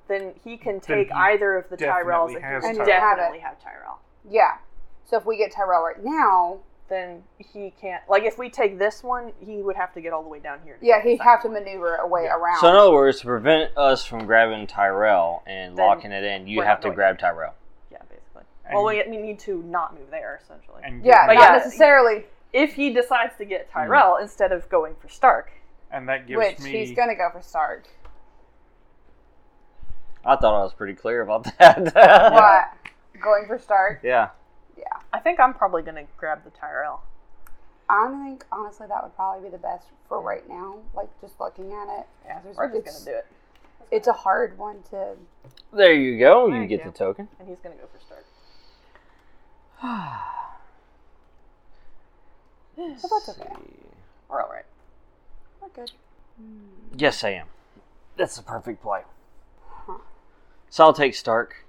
C: then he can
B: Then
C: take
B: he
C: either of the Tyrells
B: definitely
C: and
B: has
C: he would
D: Tyrell.
C: definitely have Tyrell.
D: Yeah. So if we get Tyrell right now,
C: Then he can't. Like if we take this one, he would have to get all the way down here. to
D: yeah,
C: get
D: he'd
C: the
D: have to
C: second one.
D: maneuver a way
B: Yeah.
D: around.
A: So in other words, to prevent us from grabbing Tyrell and
C: Then
A: locking it in, you
C: we're
A: have
C: not
A: to
C: going.
A: grab Tyrell.
C: Yeah, basically.
B: And-
C: well, we, we need to not move there essentially.
B: And
D: yeah,
C: But
D: not
B: give-
C: yeah,
D: necessarily,
C: if he decides to
A: Hmm.
C: get Tyrell instead of going for Stark.
B: and that gives
D: which
B: me.
D: he's gonna go for Stark.
A: I thought I was pretty clear about that.
D: But going for Stark,
A: Yeah.
C: I think I'm probably gonna grab the Tyrell.
D: I think honestly that would probably be the best for right now. Like just looking at it,
C: Yeah,
D: There's-
C: we're just
D: it's-
C: gonna do it,
D: it's a hard one to.
A: There you go. You
C: Thank
A: get
C: you.
A: the token.
C: and he's gonna go for Stark.
D: But that's okay.
C: We're all right.
D: We're good.
A: Yes, I am. That's the perfect play.
D: Huh.
A: So I'll take Stark.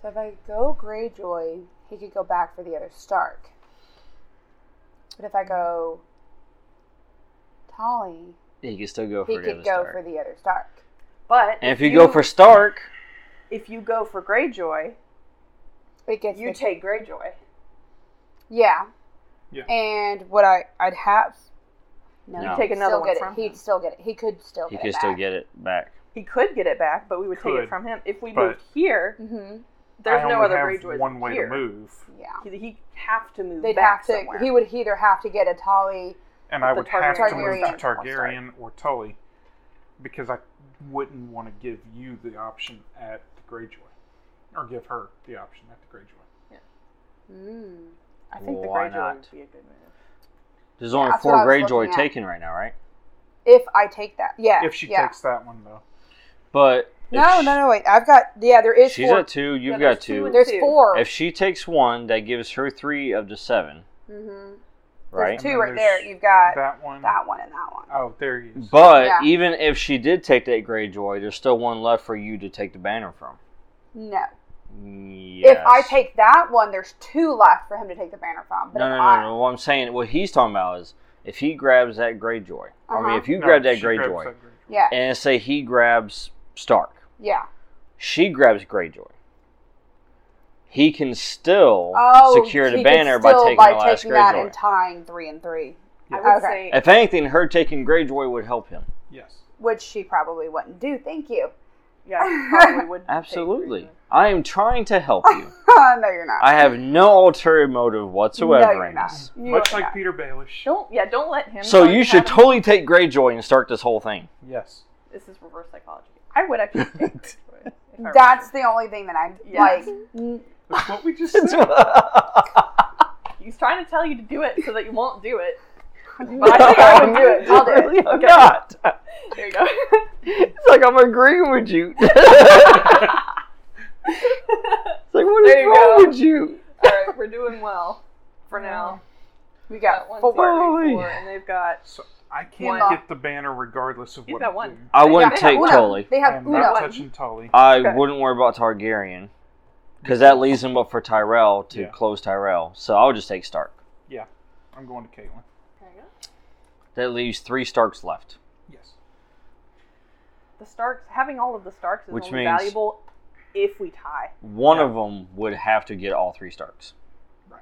D: So if I go Greyjoy, he could go back for the other Stark. But if I go Tolly,
A: He can still go for
D: he
A: the other
D: could go
A: Stark.
D: for the other Stark.
C: But
A: and if you, go for Stark,
C: if you go for Greyjoy,
D: It gets
C: you
D: the-
C: take Greyjoy.
D: yeah.
B: Yeah.
D: And what I I'd have no,
A: No.
D: he'd
C: Take another
D: still
C: one
D: get
C: from
D: it. He'd
C: him.
D: still get it. He could still.
A: he
D: get
A: can
D: it
A: still
D: back.
A: get it back.
C: He could get it back, but we would take
B: Could,
C: it from him. If we
B: but-
C: moved here,
D: Mhm.
C: there's
B: I
C: no
B: only
C: other
B: have
C: Greyjoys
B: one way
C: here.
B: to move,
D: Yeah.
C: He would have to move
D: They'd
C: back
D: have to.
C: somewhere.
D: He would either have to get a Tolly.
B: and
C: But
B: I
C: the
B: would have to move
D: Targaryen-
B: to
C: Targaryen
B: Targaryen or Tully because I wouldn't want to give you the option at the Greyjoy, or give her the option at the Greyjoy.
D: Mm.
C: I think the
A: Why
C: Greyjoy
A: not?
C: would be a good move.
A: There's only
D: that's
A: four
D: what I was
A: Greyjoy
D: looking at.
A: taken right now, right?
D: If I take that, yeah.
B: If she
D: yeah.
B: takes that one though,
A: But if
D: No,
A: sh-
D: no, no. Wait, I've got. Yeah, there is
A: She's
D: four.
A: at two. You've
C: Yeah, there's
A: got
C: two
A: two.
C: and
D: There's
C: two.
D: four.
A: If she takes one, that gives her three of the seven,
D: hmm
A: right?
D: There's
B: And
D: two
B: then
D: right
B: there's
D: there. You've got Uh, that,
B: that one.
D: one and that one.
B: Oh, there he is.
A: But
D: Yeah.
A: even if she did take that Greyjoy, there's still one left for you to take the banner from.
D: No.
A: Yes.
D: If I take that one, there's two left for him to take the banner from. But
A: no,
D: if
A: no,
D: I,
A: no, no. What I'm saying, what he's talking about is if he grabs that Greyjoy, I
D: Uh-huh.
A: mean, if you
B: No,
A: grab that
B: she grabs
A: Greyjoy,
B: that Greyjoy.
D: Yeah,
A: and say he grabs Stark,
D: yeah.
A: she grabs Greyjoy. he can still
D: Oh,
A: secure the
D: he could
A: banner by
D: still
A: taking
D: by
A: the last
D: taking that and
A: Greyjoy.
D: tying three and three,
C: I would
D: Okay.
C: say
A: If anything, her taking Greyjoy would help him.
B: Yes.
D: which she probably wouldn't do. Thank you.
C: yeah, probably would take
A: Absolutely.
C: Greyjoy.
A: I am trying to help you.
D: no, you're not.
A: I have no ulterior motive
D: no,
A: whatsoever
D: you're
A: in
D: not.
A: this.
D: You
B: Much
D: are
B: like
D: not.
B: Peter Baelish.
C: Don't yeah, don't let him.
A: So
C: run
A: you should
C: Adam.
A: totally take Greyjoy and start this whole thing.
B: Yes.
C: This is reverse psychology. I would actually. Take Greyjoy if I were
D: That's the only thing that I'm
C: Yeah.
D: like. n-
B: That's what we just said.
A: I
C: you. He's trying to tell you to do it so that you won't do it. But I think I would do it. I'll do it.
A: am
C: Okay.
A: not.
C: There you go.
A: It's like I'm agreeing with you. it's like what is
C: There you
A: wrong
C: go.
A: with you?
C: All right, we're doing well for now.
D: We
C: Got
D: got
C: one, two,
D: four.
C: three,
A: Holy.
C: four, and they've got
B: So I
C: One.
B: can't get the banner regardless of
C: He's
B: what.
C: got
B: I
C: one.
B: do.
A: I
C: They
A: wouldn't
C: have
A: take
D: Uno.
A: Tully.
D: They
B: I
D: have
B: am
D: Uno.
B: not
C: Uno.
B: touching Tully.
A: I
C: Okay.
A: wouldn't worry about Targaryen because that leaves him up for Tyrell to
B: Yeah.
A: close Tyrell. So I'll just take Stark.
B: I'm going to Caitlyn.
A: That leaves three Starks left.
B: Yes.
C: the Starks. Having all of the Starks is
A: Which
C: only
A: means-
C: valuable if we tie.
A: One
B: Yeah.
A: of them would have to get all three Starks.
B: Right.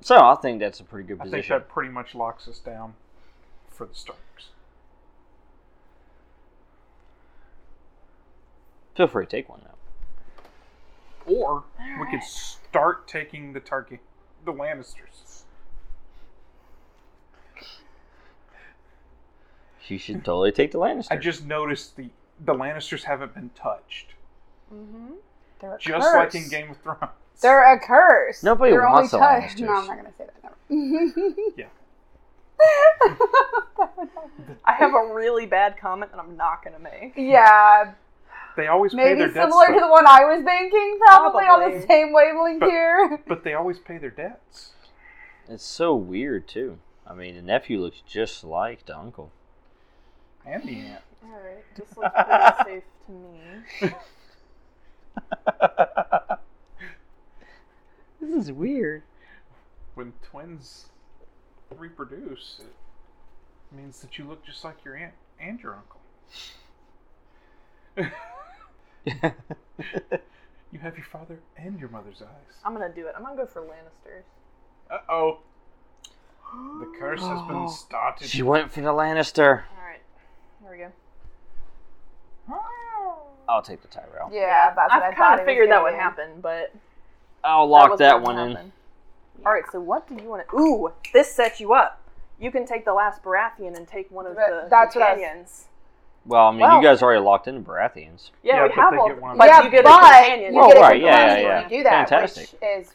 A: So I think that's a pretty good
B: I think
A: position.
B: that pretty much locks us down for the Starks.
A: Feel free to take one though.
B: Or we could start taking the Tarky, the Lannisters.
A: She should totally take the Lannister.
B: I just noticed the the Lannisters haven't been touched,
C: Mm-hmm.
D: They're a
B: just like in
D: curse.
B: Game of Thrones.
D: They're a curse.
A: Nobody
D: They're
A: wants
D: only
A: the
D: touched. No, I'm
A: Lannisters.
D: not gonna say that. Never.
C: I have a really bad comment that I'm not gonna make.
D: yeah,
B: They always pay
D: maybe
B: their debts,
D: similar to
B: though.
D: the one I was thinking. Probably, on
C: Probably.
D: the same wavelength
B: But-
D: here.
B: but they always pay their debts.
A: It's so weird too. I mean, the nephew looks just like the uncle.
B: And the aunt.
C: All right, this looks pretty safe to me.
A: This is weird.
B: When twins reproduce, it means that you look just like your aunt and your uncle. You have your father and your mother's eyes.
C: I'm gonna do it. I'm gonna go for Lannisters.
B: Uh oh. The curse has
A: Oh.
B: been started.
A: she went for the Lannister.
C: All right, there we go.
A: I'll take the Tyrell.
D: Yeah, that's what I,
C: I've
D: thought.
C: kind
D: it
C: of
D: was
C: figured that
D: gonna
C: would
D: be.
C: happen, but
A: I'll lock
C: was
A: that,
C: gonna
A: one in.
C: happen. All right, so what do you want to? Ooh, this sets you up. You can take the last Baratheon and take one of
D: But
C: the
D: that's what I was-
C: companions.
A: Well, I mean,
D: Well-
A: you guys already locked in Baratheons.
C: Yeah,
B: Yeah,
C: we
B: but
C: have
B: they
C: all.
B: get one of
C: but
B: them.
D: yeah,
C: you get a
D: but
C: companion.
D: You
A: Oh,
D: get
A: right,
D: a
A: yeah, yeah,
D: companion
A: yeah.
D: When you do that,
A: Fantastic.
D: which is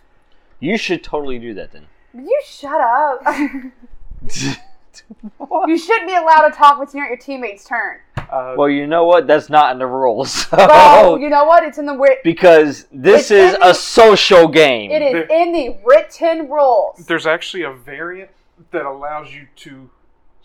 A: You should totally do that then.
D: you shut up. you shouldn't be allowed to talk when you're at your teammate's turn.
B: Uh,
A: well, you know what? That's not in the rules. So. Oh.
D: Well, you know what? It's in the writ.
A: because this
D: It's
A: is
D: in
A: a
D: the-
A: social game.
D: It is
B: There-
D: in the written rules.
B: there's actually a variant that allows you to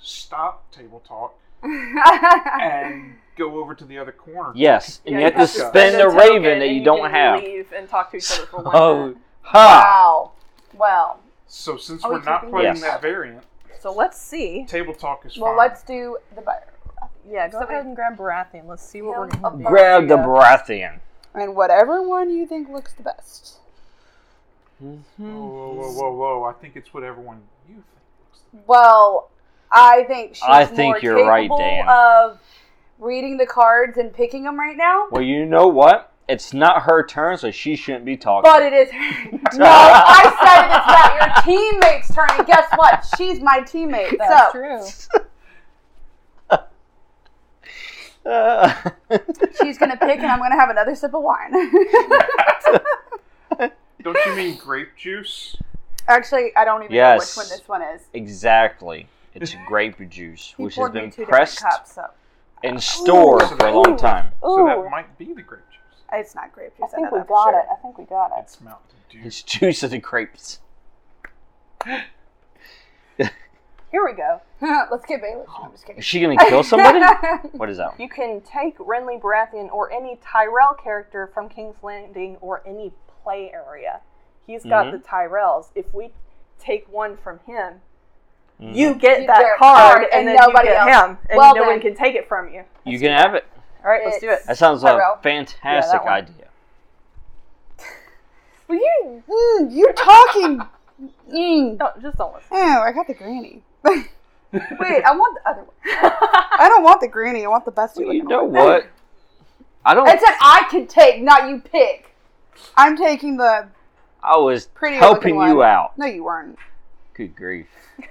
B: stop table talk and go over to the other corner.
A: Yes, and
C: Yeah,
A: you have to
B: have to
A: spend a
C: a token
A: raven that
C: and
A: you don't
C: can
A: have.
C: Leave and talk to each other for one.
A: Oh,
C: minute.
A: ha!
D: wow. Well,
B: So since
D: Are Oh, we
B: we're not
D: keeping
B: playing
A: this?
B: that variant,
C: So let's see.
B: table talk is
D: well,
B: fine.
D: let's do the butter
C: Yeah, go ahead and grab Baratheon. Let's see what we're
D: Yeah.
C: gonna do.
A: Grab the Baratheon.
D: and whatever one you think looks the best.
B: Whoa,
D: Mm-hmm.
B: whoa, whoa, whoa, whoa! I think it's what everyone you think looks. The
D: Well, I think she's
A: I think
D: more
A: you're right,
D: capable
A: Dan.
D: of reading the cards and picking them right now.
A: Well, you know what? It's not her turn, so she shouldn't be talking.
D: But it is no. I said it's not your teammate's turn, and guess what? She's my teammate. so
C: true.
A: Uh,
D: she's gonna pick, and I'm gonna have another sip of wine.
B: Don't you mean grape juice?
D: Actually, I don't even
A: Yes.
D: know which one this one is.
A: exactly. It's grape juice,
D: He
A: which has
D: poured me two
A: been
D: different
A: pressed
D: Cups, so.
A: and stored for a long time.
B: So
D: Ooh.
B: that might be the grape juice.
D: It's not grape juice.
C: I think
D: know
C: we
D: that for
C: got
D: sure.
C: it. I think we got it.
B: It's Mountain Dew.
A: It's juice of the grapes.
C: Here we go.
D: Let's get Bailey. No, I'm just kidding.
A: Is she gonna kill somebody? what is that?
C: You can take Renly Baratheon or any Tyrell character from King's Landing or any play area. He's got
A: Mhm.
C: the Tyrells. If we take one from him,
A: Mhm.
C: you get
D: You
C: that
D: get
C: card,
D: card
C: and,
D: and
C: then
D: nobody
C: you get
D: else.
C: him, and
D: Well
C: no one
D: then.
C: can take it from you.
A: Mm-hmm. You can have it.
C: All right, let's do it.
D: It's-
A: That sounds like
D: Tyrell.
A: a fantastic
C: Yeah, that one.
A: idea.
D: Well, you, mm, you're talking. Mm.
C: No, just don't listen.
D: Oh, I got the granny. Wait, I want the other one.
C: I
D: I don't want the granny. I want the best.
A: Well, you know what? I don't.
D: Except I can take, not you pick. I'm taking the.
A: I was
D: Pretty
A: helping
D: looking
A: you
D: one.
A: out.
D: No, you weren't.
A: Good grief.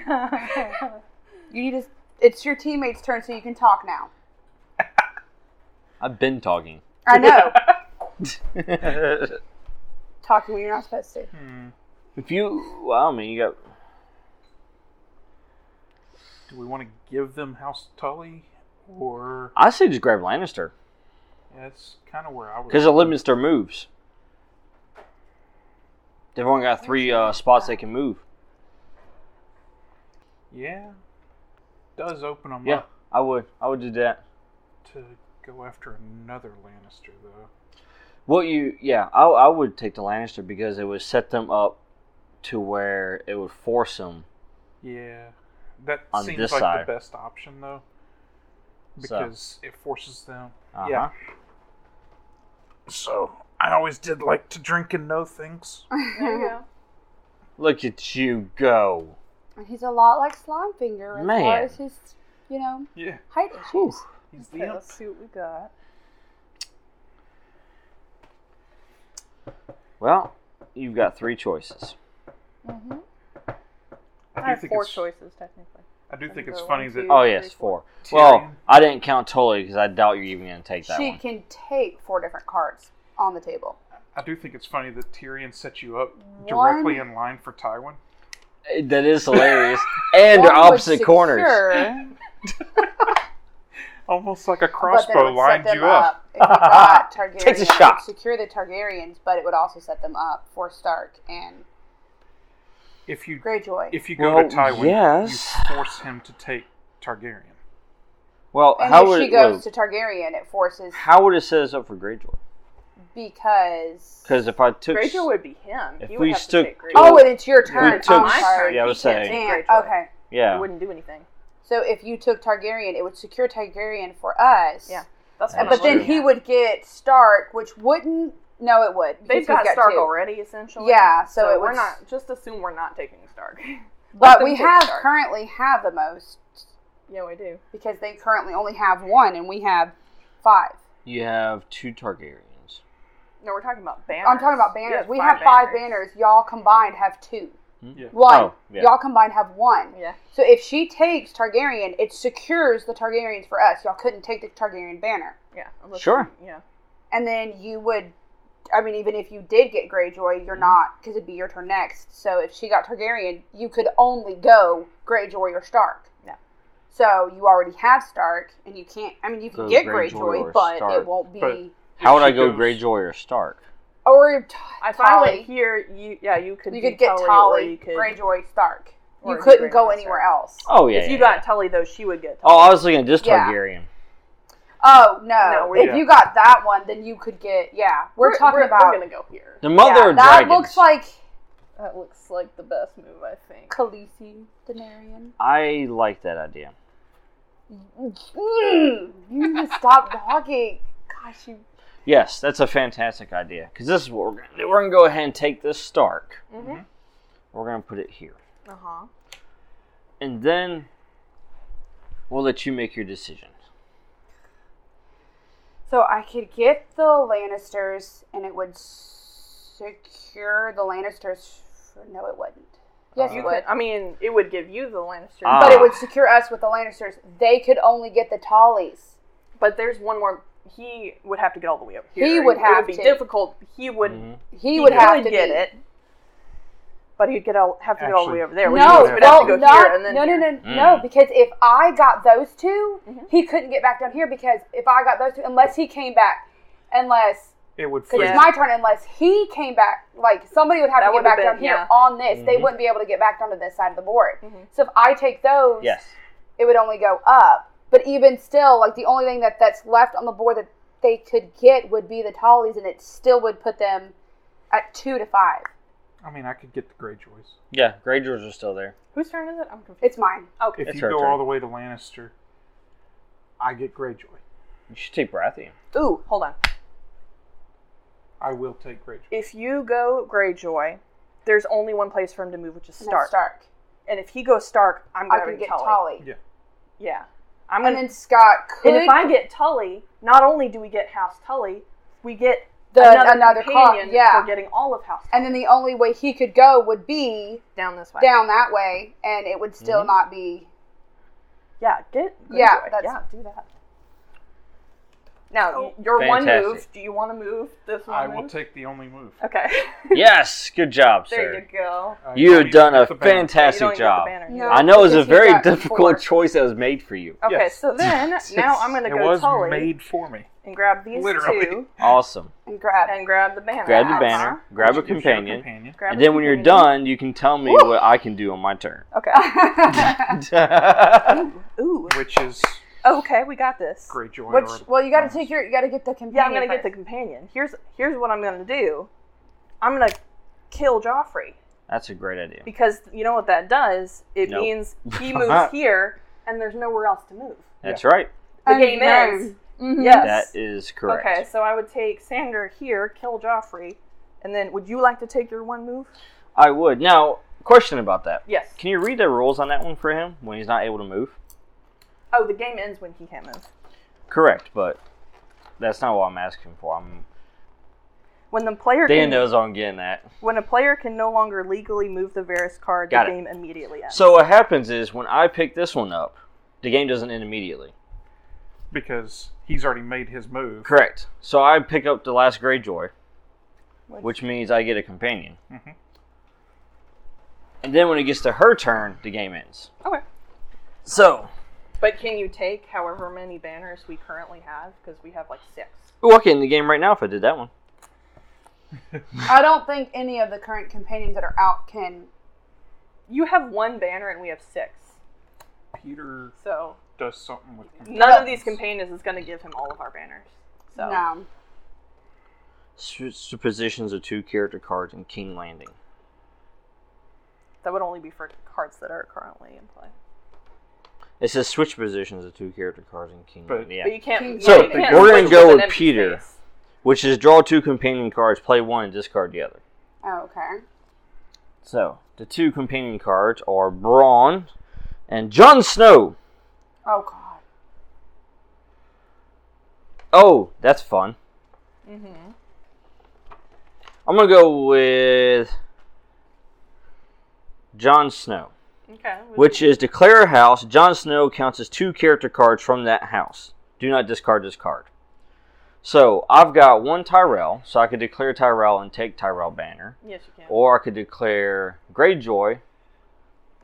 D: You need to. It's your teammate's turn, so you can talk now.
A: I've been talking.
D: I know.
A: if
D: Talking when you're not supposed to.
B: Hmm.
A: you, well, I mean, you got
B: Do we want to give them House Tully, or
A: I say just grab Lannister
B: yeah, that's kind of where I was?
A: because it limits their moves. They've only got three uh, spots they can move.
B: yeah, does open them
A: Yeah.
B: up
A: I would, I would do that.
B: to go after another Lannister though.
A: Well, you, yeah, I, I would take the Lannister because it would set them up to where it would force them.
B: Yeah, that
A: On
B: seems
A: this
B: like
A: side.
B: the best option though,
A: So-
B: because it forces them.
A: Uh-huh.
B: Yeah. So I always did like to drink and know things.
C: there you go.
A: Look at you go.
D: And He's a lot like Slimefinger as far
A: Man.
D: as his, you know,
B: Yeah,
D: height issues.
B: he's the
C: Okay,
B: imp.
C: let's see what we got.
A: Well, you've got three choices.
D: Mm-hmm.
B: I do
C: I have
B: think
C: four
B: it's-
C: choices technically.
B: I do think
C: Go
B: it's
C: one,
B: funny that
C: two.
A: Oh yes, four.
B: Tyrion-
A: Well, I didn't count Tully because I doubt you're even gonna take that
D: She
A: one.
D: can take four different cards on the table.
B: I do think it's funny that Tyrion set you up
D: One-
B: directly in line for Tywin.
A: Eh, That is hilarious, and
D: One
A: they're
D: would
A: opposite corners.
B: Eh?
D: secure,
B: Almost like a
D: but then it
B: crossbow
D: would set
B: lined
D: them
B: you up.
D: If you got Targaryen,
A: Takes a
D: it would
A: shot.
D: Secure the Targaryens, but it would also set them up for Stark and
B: If you
D: Greyjoy.
B: if you go
A: Well,
B: to Tywin,
A: yes.
B: you force him to take Targaryen.
A: Well,
D: and
A: how
D: if
A: would
D: she
A: it,
D: goes
A: wait,
D: to Targaryen, it forces
A: how would it set us up for Greyjoy?
D: because
A: Because if I took,
C: Greyjoy would be him.
A: If
C: he
A: we
C: would have
A: stuck-
C: to take Greyjoy.
D: oh, and it's your
A: we
D: turn. Oh,
A: took-
D: I'm sorry.
A: yeah, I was
C: You can't
A: saying-
C: take
D: Damn,
C: Greyjoy.
D: okay.
C: It
A: yeah,
C: wouldn't do anything.
D: So if you took Targaryen, it would secure Targaryen for us.
C: Yeah. That's
A: Yeah,
C: what
D: And-
C: I'm
D: but then
C: looking
D: he
C: at.
D: would get Stark, which wouldn't. No, it would. because
C: They've
D: he's
C: got, Stark
D: two.
C: already, essentially.
D: Yeah, so it
C: we're
D: would-
C: not just assume we're not taking Stark. Let
D: But
C: them
D: we
C: take
D: have
C: Stark.
D: currently have the most
C: yeah, we do.
D: because they currently only have one, and we have five.
A: you have two Targaryens.
C: No, we're talking about banners.
D: I'm talking about
C: You
D: banners. we have five banners. Y'all combined have two.
B: Yeah.
D: One.
A: Oh, yeah.
D: Y'all combined have one.
C: Yeah.
D: So if she takes Targaryen, it secures the Targaryens for us. Y'all couldn't take the Targaryen banner.
C: Yeah. unless
A: Sure.
C: you- Yeah.
D: And then you would, I mean, even if you did get Greyjoy, you're not, because it'd be your turn next. So if she got Targaryen, you could only go Greyjoy or Stark.
C: Yeah.
D: So you already have Stark, and you can't, I mean, you can
A: Go
D: get
A: Greyjoy
D: Greyjoy,
A: or
D: but
A: Stark.
D: it won't be.
B: But-
A: How would
B: If
A: I
B: she
A: go
B: goes-
A: Greyjoy or Stark?
D: or t-
C: I finally
D: Tully.
C: here. You yeah. You could.
D: You
C: do
D: could get
C: Tully,
D: Tolly,
C: or you could,
D: Greyjoy, Stark.
C: or
D: You
C: you
D: couldn't
C: Greyjoy
D: go
C: Stark.
D: anywhere else.
A: Oh yeah.
C: if you
A: yeah,
C: got
A: yeah.
C: Tully though, she would get. Tully.
A: oh, I was looking at this
D: Yeah.
A: Targaryen.
D: Oh no!
C: No, we-
D: if you got that one, then you could get yeah. We're, talking about
C: We're gonna go here.
A: The mother
D: yeah,
A: of
D: that
A: dragons.
D: looks like
C: That looks like the best move, I think.
D: Khaleesi Denarian.
A: I like that idea.
D: Mm, you need to stop talking. Gosh, you.
A: Yes, that's a fantastic idea. Because this is what we're gonna do. We're gonna go ahead and take this Stark.
C: Mhm.
A: We're gonna put it here,
C: Uh huh.
A: and then we'll let you make your decision.
D: So I could get the Lannisters, and it would secure the Lannisters. For, no, it wouldn't. Yes,
B: Uh,
D: it
B: You
D: would.
C: I mean, it would give you the Lannister,
A: Ah.
D: But it would secure us with the Lannisters. They could only get the Tallies.
C: but there's one more. He would have to get all the way up
D: He
C: here.
D: would
C: it
D: have
C: would be
D: to.
C: difficult. He would.
A: Mhm.
D: He, would have to
C: get
D: be-
C: it, but he'd get all have to get all the
B: Actually-
C: way over there. which
D: No,
C: means he would have to go
D: well, not-
C: here and then
D: no, no,
C: here.
D: no,
A: Mm.
D: no, because if I got those 2
C: Mhm.
D: he couldn't get back down here because if I got those two, unless he came back, unless,
B: It would
D: because
B: freeze.
C: Yeah.
D: it's my turn, unless he came back, like somebody would have
C: That
D: to get
C: would've
D: back
C: been-
D: down here
C: yeah.
D: on this. They
A: Mhm.
D: wouldn't be able to get back down to this side of the board.
C: Mhm.
D: So if I take those,
A: Yes.
D: it would only go up. But even still, like the only thing that that's left on the board that they could get would be the tallies, and it still would put them at two to five.
B: I mean, I could get the Greyjoys.
A: Yeah, Greyjoys are still there.
C: Whose turn is it? I'm confused.
D: It's mine.
C: Okay.
B: If
A: It's
B: you
A: her
B: go
A: turn.
B: all the way to Lannister, I get Greyjoy.
A: You should take Baratheon.
D: Ooh,
C: Hold on.
B: I will take Rachel.
C: If you go Greyjoy, there's only one place for him to move, which is
D: And
C: Stark.
D: that's Stark.
C: And if he goes Stark, I'm
D: I
C: grabbing
D: can get
C: Tully.
D: Tolly.
C: Yeah, I'm
D: And
C: gonna.
D: then Scott could
C: and if I get Tully, not only do we get House Tully, we get
D: the,
C: another,
D: call.
C: companion
D: Yeah.
C: for getting all of House. Tully.
D: And then the only way he could go would be
E: down this way.
D: down that way, and it would still
A: Mhm.
D: not be.
C: Yeah, get Greyjoy.
D: Yeah, that's-
C: yeah, do that. Now
D: Oh.
C: y- your one move.
A: Fantastic.
C: Do you want to move this one?
B: I
C: move?
B: will take the only move.
C: Okay.
A: Yes, good job,
C: there
A: sir.
C: you go.
B: I
A: You
B: don't
A: have
B: even
A: done
B: get
A: a
B: the banner.
C: You don't
A: fantastic
C: even
A: job.
C: Get the banner.
D: No.
C: yet.
A: I know it was a
D: Because you
A: very
D: got
A: difficult
D: four.
A: choice that was made for you.
C: Okay,
B: Yes.
C: so then now I'm gonna
B: It
C: go
B: was
C: Tully
B: made for me.
C: and grab these
B: Literally.
C: two
A: Awesome.
D: And grab.
C: and grab the banner.
A: Grab the
C: Uh-huh.
A: banner, grab a
B: If you're
A: companion,
B: companion.
C: Grab
A: and
C: the
A: then when you're
C: companion.
A: done, you can tell me what I can do on my turn.
C: Okay. Ooh.
B: Which is
C: Okay, we got this.
B: Greyjoy.
D: Which
B: or-
D: well, you got to take your you got to get the companion.
C: Yeah, I'm gonna get the
D: first.
C: companion. Here's here's what I'm gonna do. I'm gonna kill Joffrey
A: That's a great idea.
C: because you know what that does. It
A: Nope.
C: means he moves here and there's nowhere else to move.
A: That's right.
C: The
D: Oh,
C: game Mm-hmm.
D: no.
C: ends.
D: Mhm.
C: Yes.
A: That is correct.
C: Okay, so I would take Sander here, kill Joffrey, and then would you like to take your one move?
A: I would. Now, question about that.
C: Yes.
A: Can you read the rules on that one for him when he's not able to move?
C: Oh, the game ends when he can't move.
A: Correct, but that's not what I'm asking for. I'm
C: When the player
A: Dan
C: can,
A: knows I'm getting that.
C: when a player can no longer legally move the Varus card,
A: Got
C: the
A: it.
C: game immediately ends.
A: So what happens is when I pick this one up, the game doesn't end immediately.
B: because he's already made his move.
A: Correct. So I pick up the last Greyjoy,
C: Which-
A: which means I get a companion.
B: Mhm.
A: And then when it gets to her turn, the game ends.
C: Okay.
A: So,
C: But can you take however many banners we currently have? Because we have like six.
A: ooh, I could end the game right now if I did that one.
D: I don't think any of the current companions that are out can.
C: You have one banner and we have six.
B: Peter
C: So
B: does something with companions.
C: none of these companions is going to give him all of our banners. So
D: No.
A: Su- Suppositions of two character cards in King Landing.
C: that would only be for cards that are currently in play.
A: It says switch positions of two character cards in King
B: But-
A: Landing. Yeah.
C: But you can't.
D: King-
C: yeah,
A: So,
C: you can't
A: we're gonna
C: switch
A: go
C: an
A: with
C: empty
A: Peter.
C: space.
A: Which is draw two companion cards, play one, and discard the other.
D: Oh, okay.
A: So, the two companion cards are Braun and Jon Snow.
D: Oh God.
A: Oh, that's fun.
C: Mm-hmm.
A: I'm gonna go with Jon Snow,
C: Okay.
A: which is declare a house. Jon Snow counts as two character cards from that house. Do not discard this card. So I've got one Tyrell, so I could declare Tyrell and take Tyrell Banner,
C: Yes, you can.
A: or I could declare Greyjoy.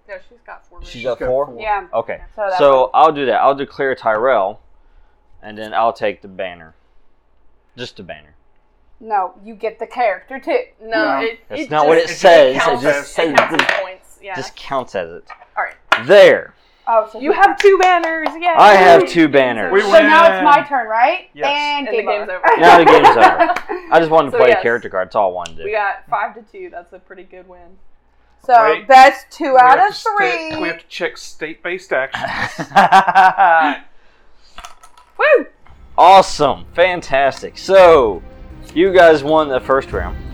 C: no, she's got four.
A: She's
C: banners.
A: got four.
D: Yeah.
A: Okay,
D: So that
A: so I'll do that. I'll declare Tyrell, and then I'll take the banner, just the banner.
D: No, you get the character too.
C: No,
B: No.
C: it,
A: That's
C: it
A: not
C: just,
A: what it says. It
C: counts
B: just
C: as-
A: says
C: it counts
A: the-
C: as points. Yeah.
A: Just counts as it.
C: All right.
A: There.
D: Oh, so
C: You
D: he-
C: have two banners. Yeah.
A: I have two banners.
B: We
D: So
B: win.
D: now it's my turn, right?
B: Yes.
D: And,
C: And
D: game
C: the game's
D: over.
C: over.
A: Now the game's over. I just wanted to
C: So,
A: play
C: yes.
A: a character card. That's all I wanted to
C: We
A: do.
C: got five to two. That's a pretty good win.
D: So
B: Right.
D: that's two
B: We
D: out
B: have to
D: of
B: sta- we have
D: three.
B: to check state-based action.
C: Woo!
A: awesome. Fantastic. So, you guys won the first round.